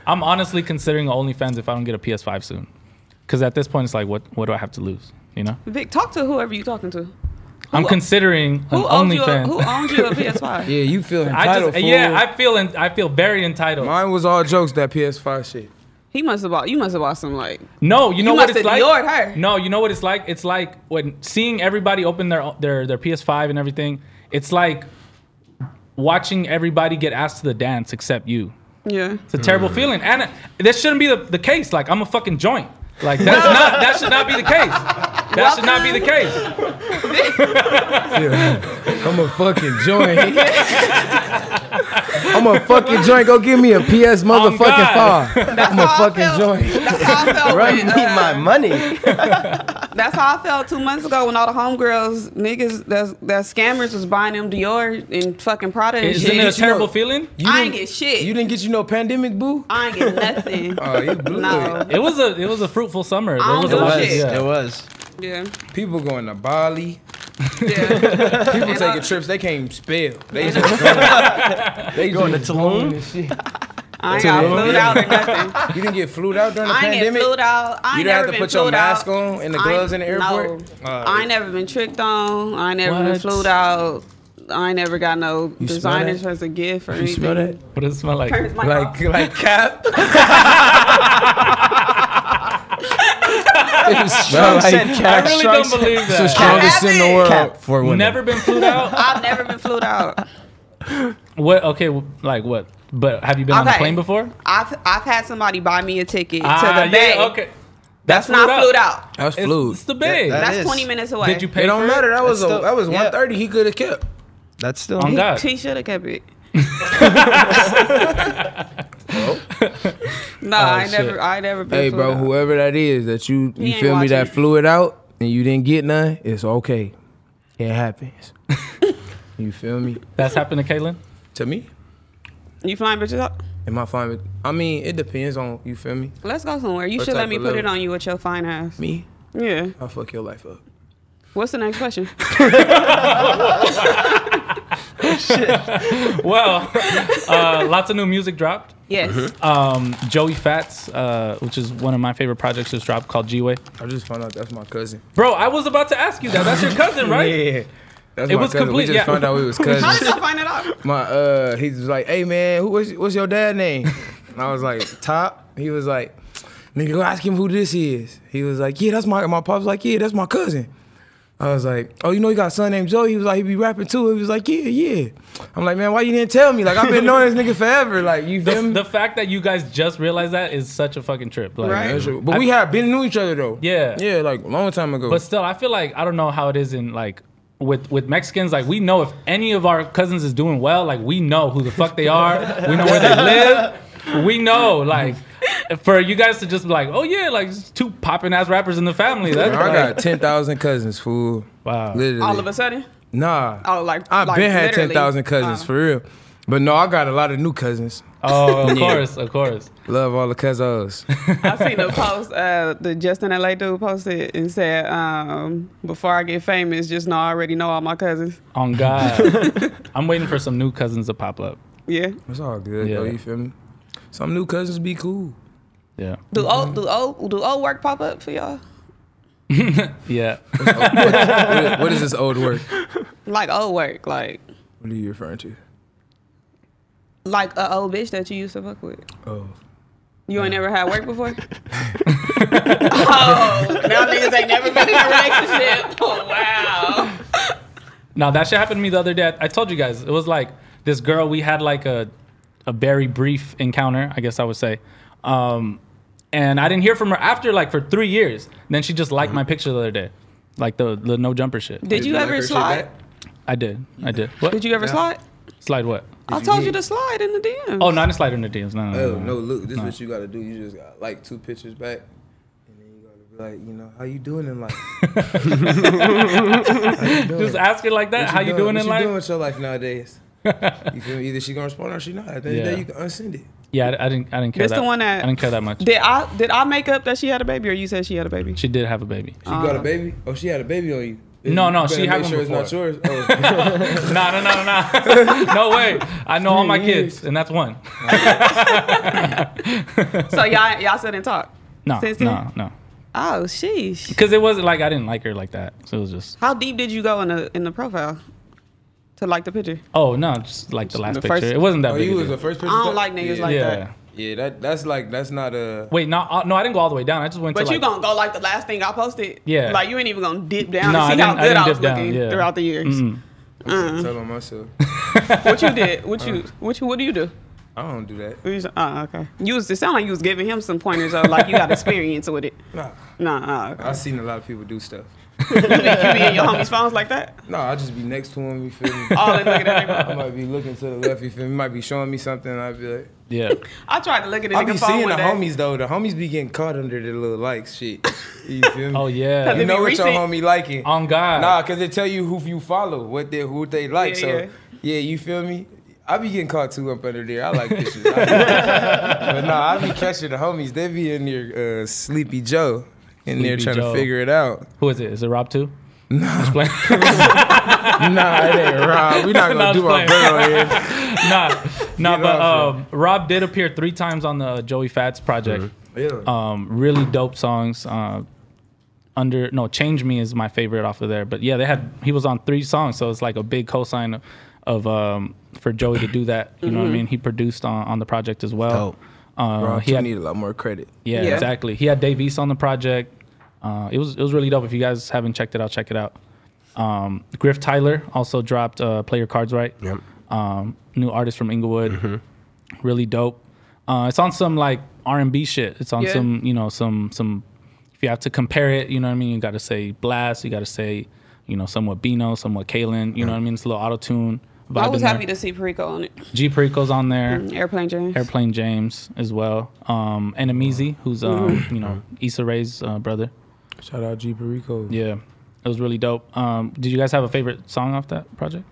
A: I'm honestly considering OnlyFans if I don't get a PS5 soon. Because at this point, it's like, what what do I have to lose? You know,
C: Vic, talk to whoever you talking to.
A: I'm considering an
C: Who owns you? A,
A: OnlyFans.
C: who owns you a PS5?
B: Yeah, you feel
A: I
B: entitled.
A: just
B: fool.
A: yeah, I feel in, I feel very entitled.
B: Mine was all jokes that PS5 shit.
C: He must have bought. You must have bought some like.
A: No, you know what
C: must
A: it's
C: have
A: like.
C: ignored her.
A: No, you know what it's like. It's like when seeing everybody open their their their PS5 and everything. It's like watching everybody get asked to the dance except you.
C: Yeah.
A: It's a terrible feeling, and uh, that shouldn't be the, the case. Like I'm a fucking joint. Like that's not that should not be the case. That should not be the case.
B: I'm a fucking joint. I'm a fucking joint. Go give me a PS motherfucking
A: God.
B: five. I'm a
C: how I
B: fucking
C: feel.
B: joint.
C: That's how I felt.
D: Bro,
C: when,
D: you need
C: uh,
D: my money.
C: That's how I felt two months ago when all the homegirls, niggas, that's that scammers was buying them Dior and fucking Prada and
A: Isn't it a
C: shit.
B: you know-
A: terrible feeling?
B: You
C: I ain't
B: didn't-
C: get shit.
B: You didn't get you no pandemic boo.
C: I ain't get nothing.
B: Oh, you blew
C: no.
A: It was a it was a fruitful summer. There
C: don't
A: was a
C: do
A: lot of
C: shit.
A: yeah.
D: It was.
C: Yeah.
B: it. People going to Bali.
C: Yeah.
B: People
C: I-
B: taking trips. They can't spell. They just drunk. they
D: Going to
B: just
D: Tulum?
B: and shit.
C: I ain't got flued out or nothing.
B: You didn't get flued out during the
C: I ain't
B: pandemic.
C: get flued out. I ain't
B: you didn't
C: never
B: have to
C: been
B: put your
C: flued
B: mask
C: out.
B: on and the
C: I ain't-
B: gloves in the airport.
C: No.
B: Uh,
C: I ain't never been tricked on. I ain't never been
A: What?
C: flued out. I ain't never got no
B: smell
C: designers
B: that?
C: as a gift or
B: you
C: anything.
B: smell that?
A: What does it smell like?
C: Turns my
B: Like like cap.
D: Strong
B: like
D: scent
A: I
D: cap.
A: really
D: Strong
A: don't
D: scent
A: believe
B: It's the
A: that.
B: strongest in the world.
D: cap for women.
A: Never been flued out.
C: I've never been flued out.
A: What? Okay, w- like what? But have you been on a
C: Okay.
A: plane before?
C: I've I've had somebody buy me a ticket
A: Ah,
C: to the bay.
A: yeah, okay.
C: That's not flued out.
B: That's
A: It's,
B: flued.
A: it's the bay.
D: That-
C: That's
D: is.
C: 20 minutes away.
A: Did you pay?
B: It don't
A: for
B: matter. That was a,
D: That's still-
B: that was
D: yeah.
B: one thirty. He could have kept.
D: That's still.
A: On God.
C: She should have kept it. no, I
A: shit.
C: never, I never been.
B: Oh, Hey,
C: flued
B: bro,
C: out.
B: whoever that is that you
C: He
B: you
C: ain't
B: feel me that
C: watching.
B: flew it out and you didn't get none, it's okay. It happens. you feel me?
A: That's happened to Caitlin.
B: To me,
C: you flying bitches out?
B: am I fine with? I mean, it depends on you. Feel me?
C: Let's go somewhere. You
B: What
C: should
B: type
C: let me
B: of
C: put it
B: level?
C: on you with your fine ass.
B: Me,
C: Yeah.
B: I'll fuck your life up.
C: What's the next question?
A: Well, uh, lots of new music dropped.
C: Yes.
A: Um, Joey Fats, uh, which is one of my favorite projects, just dropped called G Way.
B: I just found out that's my cousin.
A: Bro, I was about to ask you that. That's your cousin, right?
B: Yeah. That's
A: It
B: my
A: was
B: cousin.
A: complete-
B: We just
A: yeah.
B: found out we was
C: How did
B: cousins.
C: you find it out?
B: my uh, he was like, "Hey man, who what's, what's your dad name?" And I was like, "Top." He was like, "Nigga, go ask him who this is." He was like, "Yeah, that's my my pops." Like, "Yeah, that's my cousin." I was like, "Oh, you know, you got a son named Joe." He was like, "He be rapping too." He was like, "Yeah, yeah." I'm like, "Man, why you didn't tell me? Like, I've been knowing this nigga forever. Like, you feel
A: The,
B: me?"
A: the fact that you guys just realized that is such a fucking trip. Like,
C: Right.
B: That's true. But we had been knew each other though.
A: Mm. Yeah.
B: Yeah, like a long time ago.
A: But still, I feel like I don't know how it is in like with with Mexicans. Like we know if any of our cousins is doing well, like we know who the fuck they are. We know where they live. We know like for you guys to just be like, oh yeah, like just two popping ass rappers in the family. That's
B: I
A: like,
B: got ten thousand cousins, fool.
A: Wow.
B: Literally.
C: All of a sudden?
B: Nah.
C: Oh, like-
B: I've
C: like
B: been had
C: literally.
B: ten thousand cousins
C: Oh.
B: for real. But no, I got a lot of new cousins.
A: oh, of course, of course.
B: Love all the cousins.
C: I seen a post, uh, the Justin LA dude posted and said, um, before I get famous, just know I already know all my cousins.
A: On God, I'm waiting for some new cousins to pop up.
C: Yeah.
B: It's all good,
A: Yeah.
B: though. You feel me? Some new cousins be cool.
A: Yeah,
C: Do old do old do old work pop up for y'all?
A: yeah.
B: What- what is this old word?
C: Like old work, like
B: What are you referring to?
C: like a old bitch that you used to fuck with.
B: Oh.
C: You ain't never had work before? oh, now niggas ain't never been in a relationship. Oh wow.
A: Now that shit happened to me the other day. I told you guys it was like this girl. We had like a a very brief encounter, I guess I would say. Um, and I didn't hear from her after like for three years. And then she just liked
B: Mm-hmm.
A: my picture the other day, like the the no jumper shit.
C: Did you ever slide?
A: I did, I did. What
C: Did you ever slide?
A: slide? What?
C: I told you to slide in the DM.
A: Oh, no, I didn't slide in the DMs. No, no, no,
B: Oh,
A: no,
B: no,
A: no.
B: look, this is what you gotta do. You just got like two pictures back. And then you gotta be like, you know, how you doing in life?
A: Just ask her like that. How you doing
B: what
A: in
B: you
A: life?
B: doing with your life nowadays? you feel me? Either she gonna respond or she not. At the end of the
A: Yeah.
B: day, you can unsend it.
A: Yeah, I, I didn't. I didn't care.
C: This
A: that.
C: the one that-
A: I didn't care that much.
C: Did I did I make up that she had a baby, or you said she had a baby?
A: She did have a baby.
B: She
C: Uh-huh.
B: got a baby? Oh, she had a baby on you.
A: No, no,
B: You
A: she
B: better make
A: had one
B: sure it's not
A: before.
B: yours. Oh.
A: No, no, no, no, no. no way. I know all my kids, and that's one.
C: So y'all y'all sit and talk.
A: No,
C: Since then?
A: no, no.
C: Oh, sheesh.
A: Because it wasn't like I didn't like her like that. So it was just
C: How deep did you go in the in the profile to like the picture?
A: oh no, just like the last
C: The
A: picture.
C: first-
A: it wasn't that
B: Oh,
A: big.
B: you
A: a
B: was
A: deal.
B: the first person.
C: I don't
B: to-
C: like niggas
B: yeah.
C: like
A: yeah.
C: that.
B: Yeah, that that's like that's not a.
A: Wait, no, uh, no, I didn't go all the way down. I just went
C: But
A: to
C: you
A: like,
C: gonna go like the last thing I posted?
A: Yeah.
C: Like you ain't even gonna dip down
A: No, I
C: and see how
A: didn't- I
C: good
A: didn't
C: I, was
A: dip down,
C: looking
A: yeah.
C: throughout the years. Uh-huh.
B: I'm telling myself,
C: What you did? What you what you what do you do?
B: I don't do that.
C: What you- Oh, okay. You was it sound like you was giving him some pointers of like you got experience with it.
B: Nah,
C: Nah, uh,
B: I've seen a lot of people do stuff.
C: you be in your homies' phones like that?
B: No, I just be next to him. You feel me?
C: All they looking at
B: I
C: their
B: might be looking to the left. You feel me? Might be showing me something. I'd be like,
A: yeah.
C: I tried to look at a
B: I be
C: nigga phone
B: seeing the
C: one day.
B: homies though. The homies be getting caught under the little likes shit. You feel me?
A: Oh
B: You
A: yeah.
C: They
B: know
C: be
B: what your
C: recent.
B: homie liking?
A: On God.
B: Nah, cause they tell you who you follow, what they who they like.
C: Yeah,
B: so
C: yeah.
B: yeah. you feel me? I be getting caught too up under there. I like this shit. I- but nah, I be catching the homies. They be in there, uh, Sleepy Joe, in there
A: Sleepy
B: trying
A: Joe.
B: to figure it out.
A: Who is it? Is it Rob too? No.
B: Nah, it ain't Rob. We not gonna
A: No, I'm
B: do our
A: just
B: girl here.
A: nah, nah.
B: Get
A: But
B: off
A: um, Rob did appear three times on the Joey Fats project.
B: Yeah.
A: Um, really dope songs. Uh, under no, Change Me is my favorite off of there. But yeah, they had he was on three songs, so it's like a big cosign of, of um for Joey to do that. You know what I mean? He produced on, on the project as well.
B: Mm-hmm. Dope.
A: Uh,
B: Rob,
A: he
B: you
A: had,
B: need a lot more credit.
A: yeah,
C: Yeah.
A: exactly. He had Dave East on the project. Uh, it was it was really dope. If you guys haven't checked it out, check it out. Um, Griff Tyler also dropped uh, "Play Your Cards Right." Yep. Um, new artist from Inglewood,
C: Mm-hmm.
A: really dope. Uh, it's on some like R and B shit. It's on
C: Yeah.
A: some you know some some. If you have to compare it, you know what I mean. You got to say blast. You got to say you know somewhat Bino, somewhat Kalen. You know what I mean. It's a little auto tune.
C: I was happy Mm. to see Perico on it.
A: G Perico's on there.
C: Airplane James.
A: Airplane James as well. Um, and Amizi, who's um,
D: Mm-hmm.
A: you know Issa Rae's uh, brother.
B: Shout out G Perico.
A: Yeah, it was really dope. Um, did you guys have a favorite song off that project?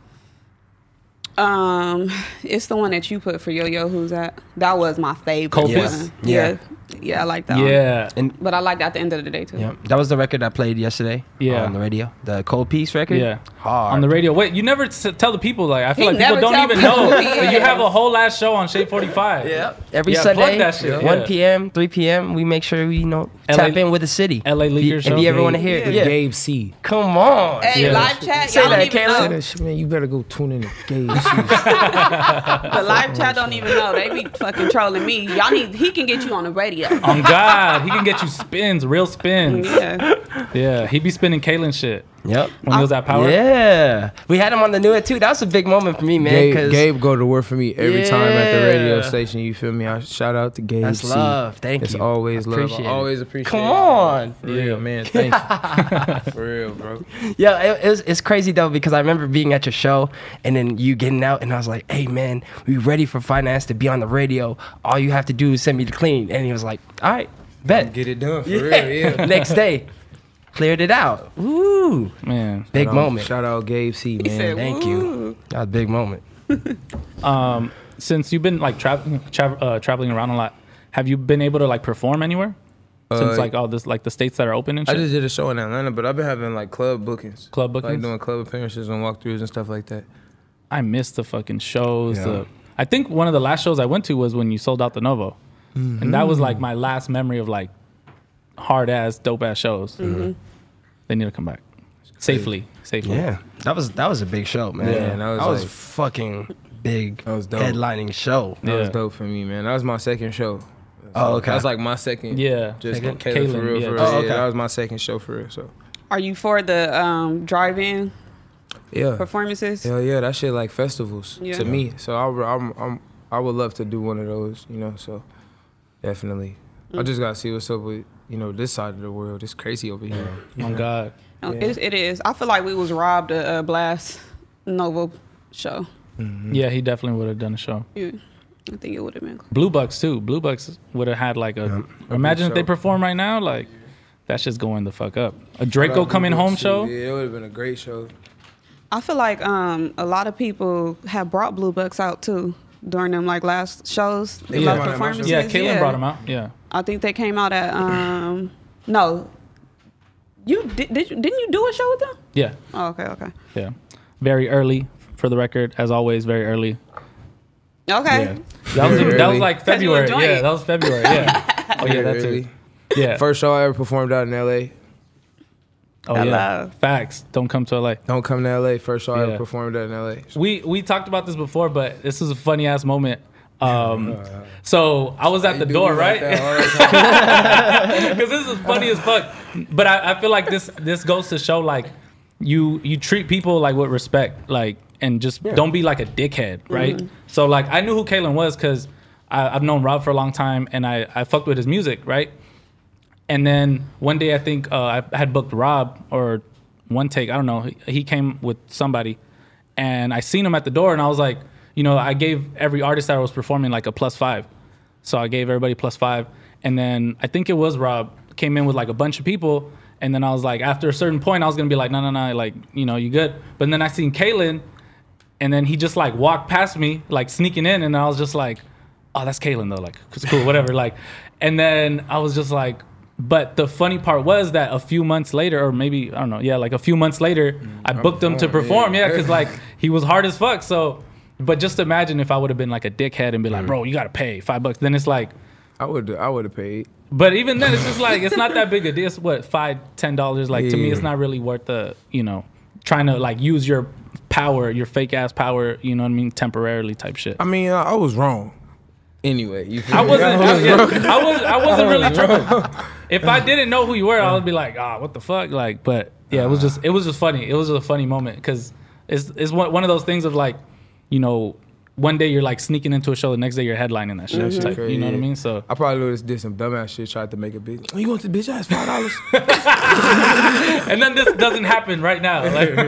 C: Um, it's the one that you put for Yo Yo. Who's that? That was my favorite.
A: Cold
D: Yes.
C: one.
D: Yeah.
C: Yeah. yeah, I like that. one.
A: yeah,
C: but I liked that at the end of the day too.
D: Yeah, that was the record I played yesterday.
A: Yeah.
D: on the radio, the Cold Piece record.
A: yeah.
D: hard
A: On the radio. Wait, you never s- tell the people. Like I feel like
C: He
A: people
C: never
A: don't
C: tell
A: even
C: people
A: know.
C: who he
A: that you
C: is.
A: have a whole last show on Shade Forty Five.
D: Yeah, every
A: Yeah, plug
D: Sunday,
A: that shit,
D: one
A: yeah.
D: p.m., three p.m. We make sure we you know
A: LA
D: tap in with the city.
A: LA
D: If
A: Leaker
D: you-
A: show.
D: If you ever want to hear, it, yeah.
G: Gabe C.
D: Come on.
C: Hey,
A: Yeah.
C: live chat.
D: Say
C: y'all
D: that,
C: don't even
D: Kayla.
C: know.
G: That shit, man, you better go tune in to Gabe C.
C: The live chat don't even know. They be fucking trolling me. Y'all need. He can get you on the radio.
A: On God, he can get you spins, real spins.
C: Yeah.
A: Yeah, he be spinning Kalen shit
D: Yep.
A: when he was at Power.
D: Yeah, we had him on the new it too. That was a big moment for me, man.
B: Gabe,
D: Because
B: Gabe go to work for me every time at the radio
D: Yeah.
B: station. You feel me? I shout out to Gabe.
D: That's
B: C.
D: love. Thank
B: it's
D: you.
B: always
D: I
B: love.
D: appreciate
B: I
D: it.
B: always appreciate.
D: come
B: it.
D: on.
B: For real, man. Thank you. For real, bro.
D: Yeah, it, it was, it's crazy though because I remember being at your show and then you getting out and I was like, "Hey man, we ready for finance to be on the radio? All you have to do is send me the clean." And he was like, "All right, bet."
B: Get it done. For
D: Yeah.
B: real, yeah.
D: Next day, cleared it out. Woo!
A: Man,
D: Big
B: Shout out-
D: moment.
B: Shout out Gabe C, man.
C: said,
D: Thank you. That was a big moment.
A: since you've been like traveling, tra- uh, traveling around a lot, have you been able to like perform anywhere? Since
B: Uh,
A: like all this, like the states that are open and
B: I
A: shit.
B: just did a show in Atlanta, but I've been having like club bookings.
A: Club
B: Like
A: bookings?
B: doing club appearances and walkthroughs and stuff like that.
A: I missed the fucking shows.
B: Yeah.
A: the- I think one of the last shows I went to was when you sold out the Novo,
B: Mm-hmm.
A: and that was like my last memory of like hard ass, dope ass shows.
B: Uh-huh.
A: They need to come back safely, safely.
D: Yeah, that was that was a big show, man.
B: Yeah, that was
D: that was
B: like-
D: fucking big
B: That was dope.
D: headlining show.
B: That was
A: Yeah.
B: dope for me, man. That was my second show.
D: Oh, okay.
B: That was like my second.
A: Yeah.
B: Just
A: Second?
B: Caleb for
A: Caleb,
B: real,
A: yeah,
B: for real.
A: just-
D: Oh, okay.
B: Yeah, that was my second show for real. So
C: Are you for the um, drive-in
B: yeah.
C: performances?
B: Hell yeah, that shit like festivals
C: Yeah.
B: to me. So I, would- I'm, I'm, I would love to do one of those, you know. So definitely,
C: Mm.
B: I just gotta see what's up with you know this side of the world. It's crazy over here.
A: Oh my God.
B: Mm-hmm.
C: No, It, it is. I feel like we was robbed a uh, blast Nova show.
A: Yeah, he definitely would have done a show.
C: Yeah. I think it would have been. cool.
A: Blue Bucks too. Blue Bucks would have had like a. Imagine if they
B: show.
A: perform right now, like that's just going the fuck up. A Draco coming home show.
B: Yeah, it would have been a great show.
C: I feel like um, a lot of people have brought Blue Bucks out too during them like last shows, the
B: Yeah.
C: last
B: Yeah.
C: performances.
A: Yeah, Caitlyn brought him out. Yeah.
C: I think they came out at um, no. You did, did you, didn't you do a show with them?
A: Yeah.
C: Oh, okay, okay,
A: Yeah. Very early, for the record, as always, very early.
C: okay.
A: Yeah. That was,
B: Very
A: that was
B: early.
A: like
C: 'Cause you
A: February.
C: enjoy
A: Yeah,
C: it.
A: that was February. Yeah. oh yeah,
B: Very
A: that's
B: early.
A: it. Yeah.
B: First show I ever performed out in L.A.
A: oh, yeah. Facts. Don't come to LA.
B: Don't come to L.A. First show I
A: Yeah.
B: ever performed out in L.A.
A: we we talked about this before, but this is a funny ass moment. Um, so I was at the door, right? Because this is funny as fuck. But I, I feel like this this goes to show like you you treat people like with respect, like and just don't be like a dickhead, right? So like I knew who Kalen was because I've known Rob for a long time and I I fucked with his music, right? And then one day, I think uh, I had booked Rob or one take. I don't know. He, he came with somebody, and I seen him at the door, and I was like, you know, I gave every artist that I was performing like a plus five, so I gave everybody plus five. And then I think it was Rob came in with like a bunch of people, and then I was like, after a certain point, I was gonna be like, no, no, no, like you know, you good. But then I seen Kalen, and then he just like walked past me, like sneaking in, and I was just like, oh, that's Kalen though, like it's cool, whatever. like, and then I was just like, but the funny part was that a few months later, or maybe I don't know, yeah, like a few months later, Mm, I booked him to perform,
B: performed, yeah.
A: yeah, because like he was hard as fuck. So, but just imagine if I would have been like a dickhead and be like, bro, you gotta pay five bucks. Then it's like,
B: I would I would have paid.
A: but even then, it's just like it's not that big a deal. It's what five, ten dollars. Like to me, it's not really worth the you know trying to like use your power, your fake ass power. You know what I mean? Temporarily type shit.
B: I mean, I, I was wrong. Anyway, you feel
A: I
B: me?
A: wasn't. I, yeah, I was. I wasn't really trying. If I didn't know who you were, I would be like, ah, what the fuck? Like, but yeah, it was just. It was just funny. It was just a funny moment because it's it's one one of those things of like, you know, one day you're like sneaking into a show, the next day you're headlining that shit.
B: shit
A: Type, you know what I
B: crazy.
A: mean? So
B: I probably would've did some dumbass shit, tried to make a
C: Oh,
B: bitch. You want this bitch ass five dollars?
A: and then this doesn't happen right now. Like,
B: Nah,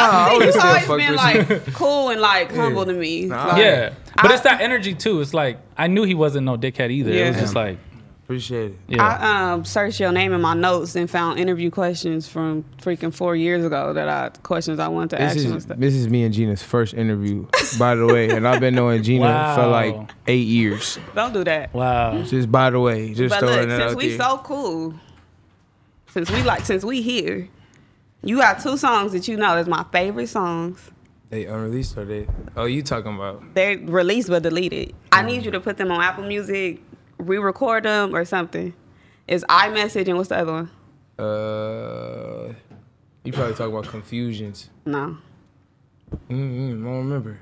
B: I would
C: He's
B: still
C: always
B: fuck
C: been
B: with you.
C: like cool and like humble to me. Like,
A: Yeah, but
C: I-
A: it's that energy too. It's like I knew he wasn't no dickhead either. It was
C: Yeah.
A: just like,
B: Appreciate it.
A: yeah,
C: I um, searched your name in my notes and found interview questions from freaking four years ago that I questions I wanted to ask
B: This
C: you. and
B: is
C: stuff.
B: this is me and Gina's first interview, by the way, and I've been knowing Gina for
A: Wow.
B: like eight years.
C: Don't do that.
A: wow.
B: Just by the way, just
C: But
B: throwing
C: look,
B: that
C: since
B: out
C: we
B: there.
C: so cool, since we like, since we here, you got two songs that you know is my favorite songs.
B: they unreleased or they? Oh, you talking about?
C: They're released but deleted. I need you to put them on Apple Music, re-record them or something. It's iMessage and what's the other one?
B: Uh, you probably talking about confusions.
C: No.
B: Mm-mm, I don't remember.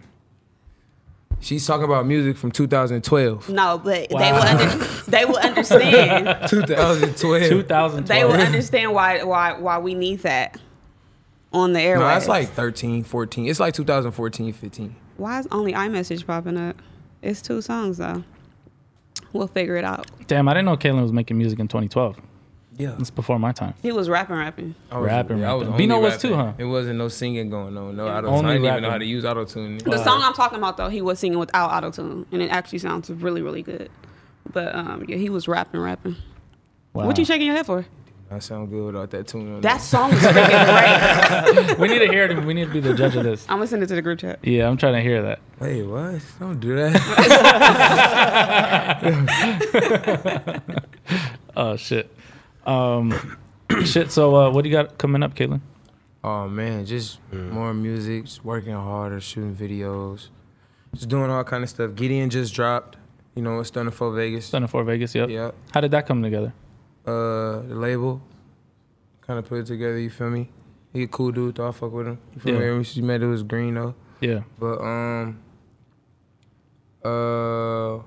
B: She's talking about music from 2012.
C: No, but they will under, they will understand.
B: 2012.
A: 2012.
C: they will understand why why why we need that on the airwaves.
B: No, that's like 13, 14. It's like 2014, 15.
C: why is only iMessage popping up? It's two songs though. We'll figure it out.
A: Damn, I didn't know Kalen was making music in 2012.
B: Yeah.
A: It's before my time.
C: He was rapping rapping.
B: I was,
A: Rapping,
B: I was
A: rapping.
B: only
A: Beano was
B: rapping.
A: too, huh?
B: It wasn't no singing going on. No, I don't.
A: Only
B: I didn't even
A: rapping.
B: know how to use auto tune.
C: The song I'm talking about though, he was singing without autotune and it actually sounds really, really good. But um yeah, he was rapping rapping.
A: Wow.
C: What you shaking your head for?
B: I sound good without that tune. On
C: That song is freaking great.
A: we need to hear it. We need to be the judge of this.
C: I'm gonna send it to the group chat.
A: Yeah, I'm trying to hear that.
B: there. Hey, what? Don't do that.
A: Oh shit. Um, shit. So uh, what do you got coming up, Kalen?
B: oh man, just more music, just working harder, shooting videos, just doing all kind of stuff. Gideon just dropped. You know, it's done for Vegas.
A: Done for Vegas. Yep.
B: Yep.
A: How did that come together?
B: uh the label, kind of put it together. You feel me? He a cool dude. Though I fuck with him. You feel
A: Yeah.
B: me? Every she met it was green though.
A: Yeah.
B: But um, uh,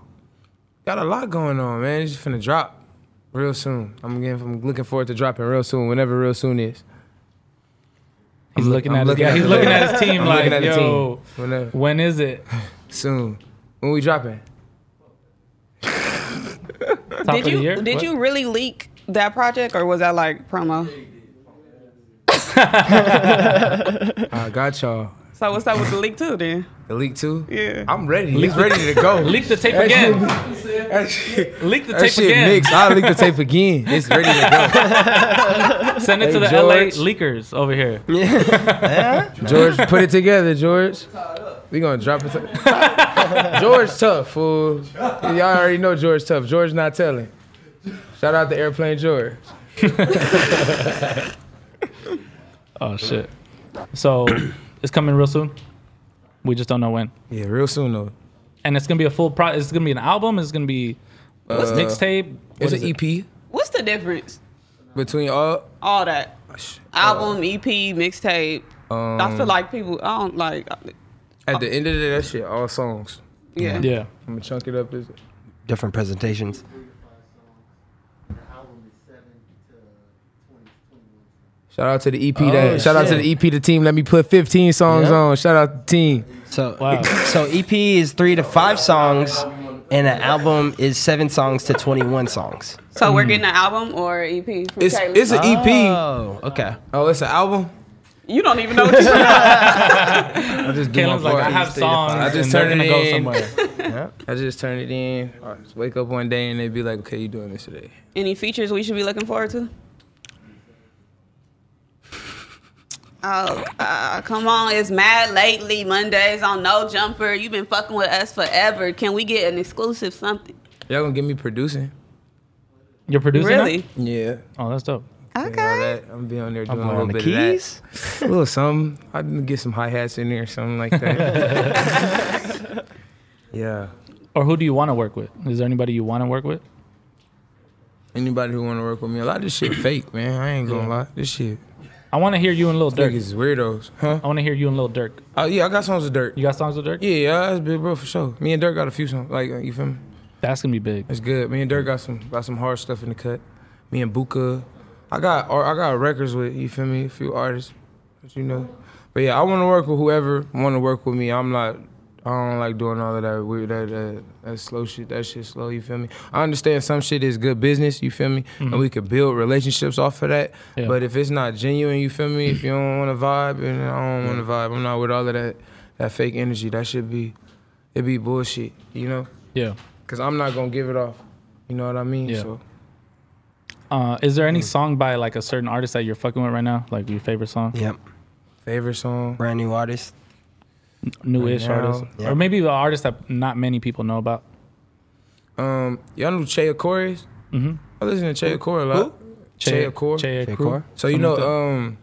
B: got a lot going on, man. It's just finna drop real soon. I'm getting, I'm looking forward to dropping real soon. Whenever real soon is.
A: He's
B: look-
A: looking
B: I'm
A: at his,
B: looking
A: yeah,
B: at
A: he's
B: the
A: looking
B: label.
A: at his team
B: I'm
A: like,
B: looking at the team.
A: yo,
B: Whenever
A: when is it?
B: soon. When we dropping?
A: Top
C: Did
A: of the
C: you
A: year?
C: did
A: What?
C: you really leak that project or was that like promo?
B: I got y'all.
C: So what's up with the leak too then?
B: The leak too.
C: Yeah.
B: I'm ready. He's ready to go.
A: Leak the tape again.
B: That shit,
A: Leak the
B: that
A: tape
B: shit
A: again.
B: mixed. I leak the tape again. It's ready to go.
A: Send it to the
B: George.
A: LA leakers over here.
B: George, put it together, George. We gonna drop it. George tough, fool. Y'all already know George tough. George not telling. Shout out to Airplane George.
A: Oh shit. So it's coming real soon. We just don't know when.
B: Yeah, real soon though. Uh,
A: And it's gonna be a full pro. It's gonna be an album. It's gonna be what's mixtape. What
B: It's
A: is
B: an
A: it?
B: EP.
C: What's What's the difference?
B: Between all
C: All that album, EP, mixtape. I feel like people. I don't like.
B: at the end of the day, that shit all songs.
C: Yeah.
A: Yeah.
B: I'm gonna chunk it up. Is
D: Different presentations.
B: Shout out to the EP that. Shout out to the EP the team. Let me put 15 songs
D: Yeah.
B: on. Shout out the team.
D: So,
A: Wow.
D: so EP is three to five songs, and an album is seven songs to twenty-one songs.
C: So we're getting an album or EP from
B: It's
C: Kaylee?
B: it's an EP.
D: Oh, okay.
B: Oh, it's an album.
C: you don't even know what you're
B: I just do my
A: Kalen's like,
B: part.
A: I have songs.
B: I just
A: and they're
B: turned
A: gonna
B: it
A: go
B: in.
A: somewhere.
B: I just turn it in. I just wake up one day and they be like, okay, you doing this today.
C: Any features we should be looking forward to? Oh, uh, come on. It's mad lately. Mondays on No Jumper. You've been fucking with us forever. Can we get an exclusive something?
B: Y'all gonna get me producing?
A: You're producing that?
C: Really?
B: Yeah.
A: Oh, that's dope.
B: All that. I'm gonna be on there doing a
D: On
B: little
D: the
B: bit
D: keys.
B: of that. A little something. I didn't get some hi hats in there or something like that. yeah.
A: Or who do you want to work with? Is there anybody you want to work with?
B: Anybody who wanna work with me, a lot of this shit fake, man. I ain't gonna lie. This shit.
A: I want to hear you and Lil Durk.
B: Niggas is weirdos, huh?
A: I want to hear you and Lil Durk.
B: Oh yeah, I got songs with Dirt.
A: You got songs with Dirk?
B: Yeah, yeah, that's big, bro, for sure. Me and Dirk got a few songs. Like, uh, you feel me?
A: That's gonna be big.
B: It's good. Me and Dirk got some got some hard stuff in the cut. Me and Buka. I got or I got records with, you feel me, a few artists that you know. But yeah, I wanna work with whoever wanna work with me. I'm not I don't like doing all of that weird that that, that slow shit. That shit slow, you feel me? I understand some shit is good business, you feel me? And we could build relationships off of that.
A: Yeah.
B: But if it's not genuine, you feel me, if you don't wanna vibe and I don't wanna vibe, I'm not with all of that that fake energy. That should be it be bullshit, you know?
A: Yeah.
B: Cause I'm not gonna give it off. You know what I mean?
A: Yeah.
B: So
A: Uh, is there
B: Mm.
A: any song by like a certain artist that you're fucking with right now? Like your favorite song,
D: Yep.
B: favorite song.
D: Brand new artist.
A: new-ish
B: Right now,
A: artist,
D: yeah.
A: or maybe the artist that not many people know about.
B: Um, y'all know Che Corey? Mm-hmm. I listen to Che Corey a lot. Che Corey.
A: Che
D: J.
A: Akor.
D: Cole.
B: So you know,
A: Something like
B: um,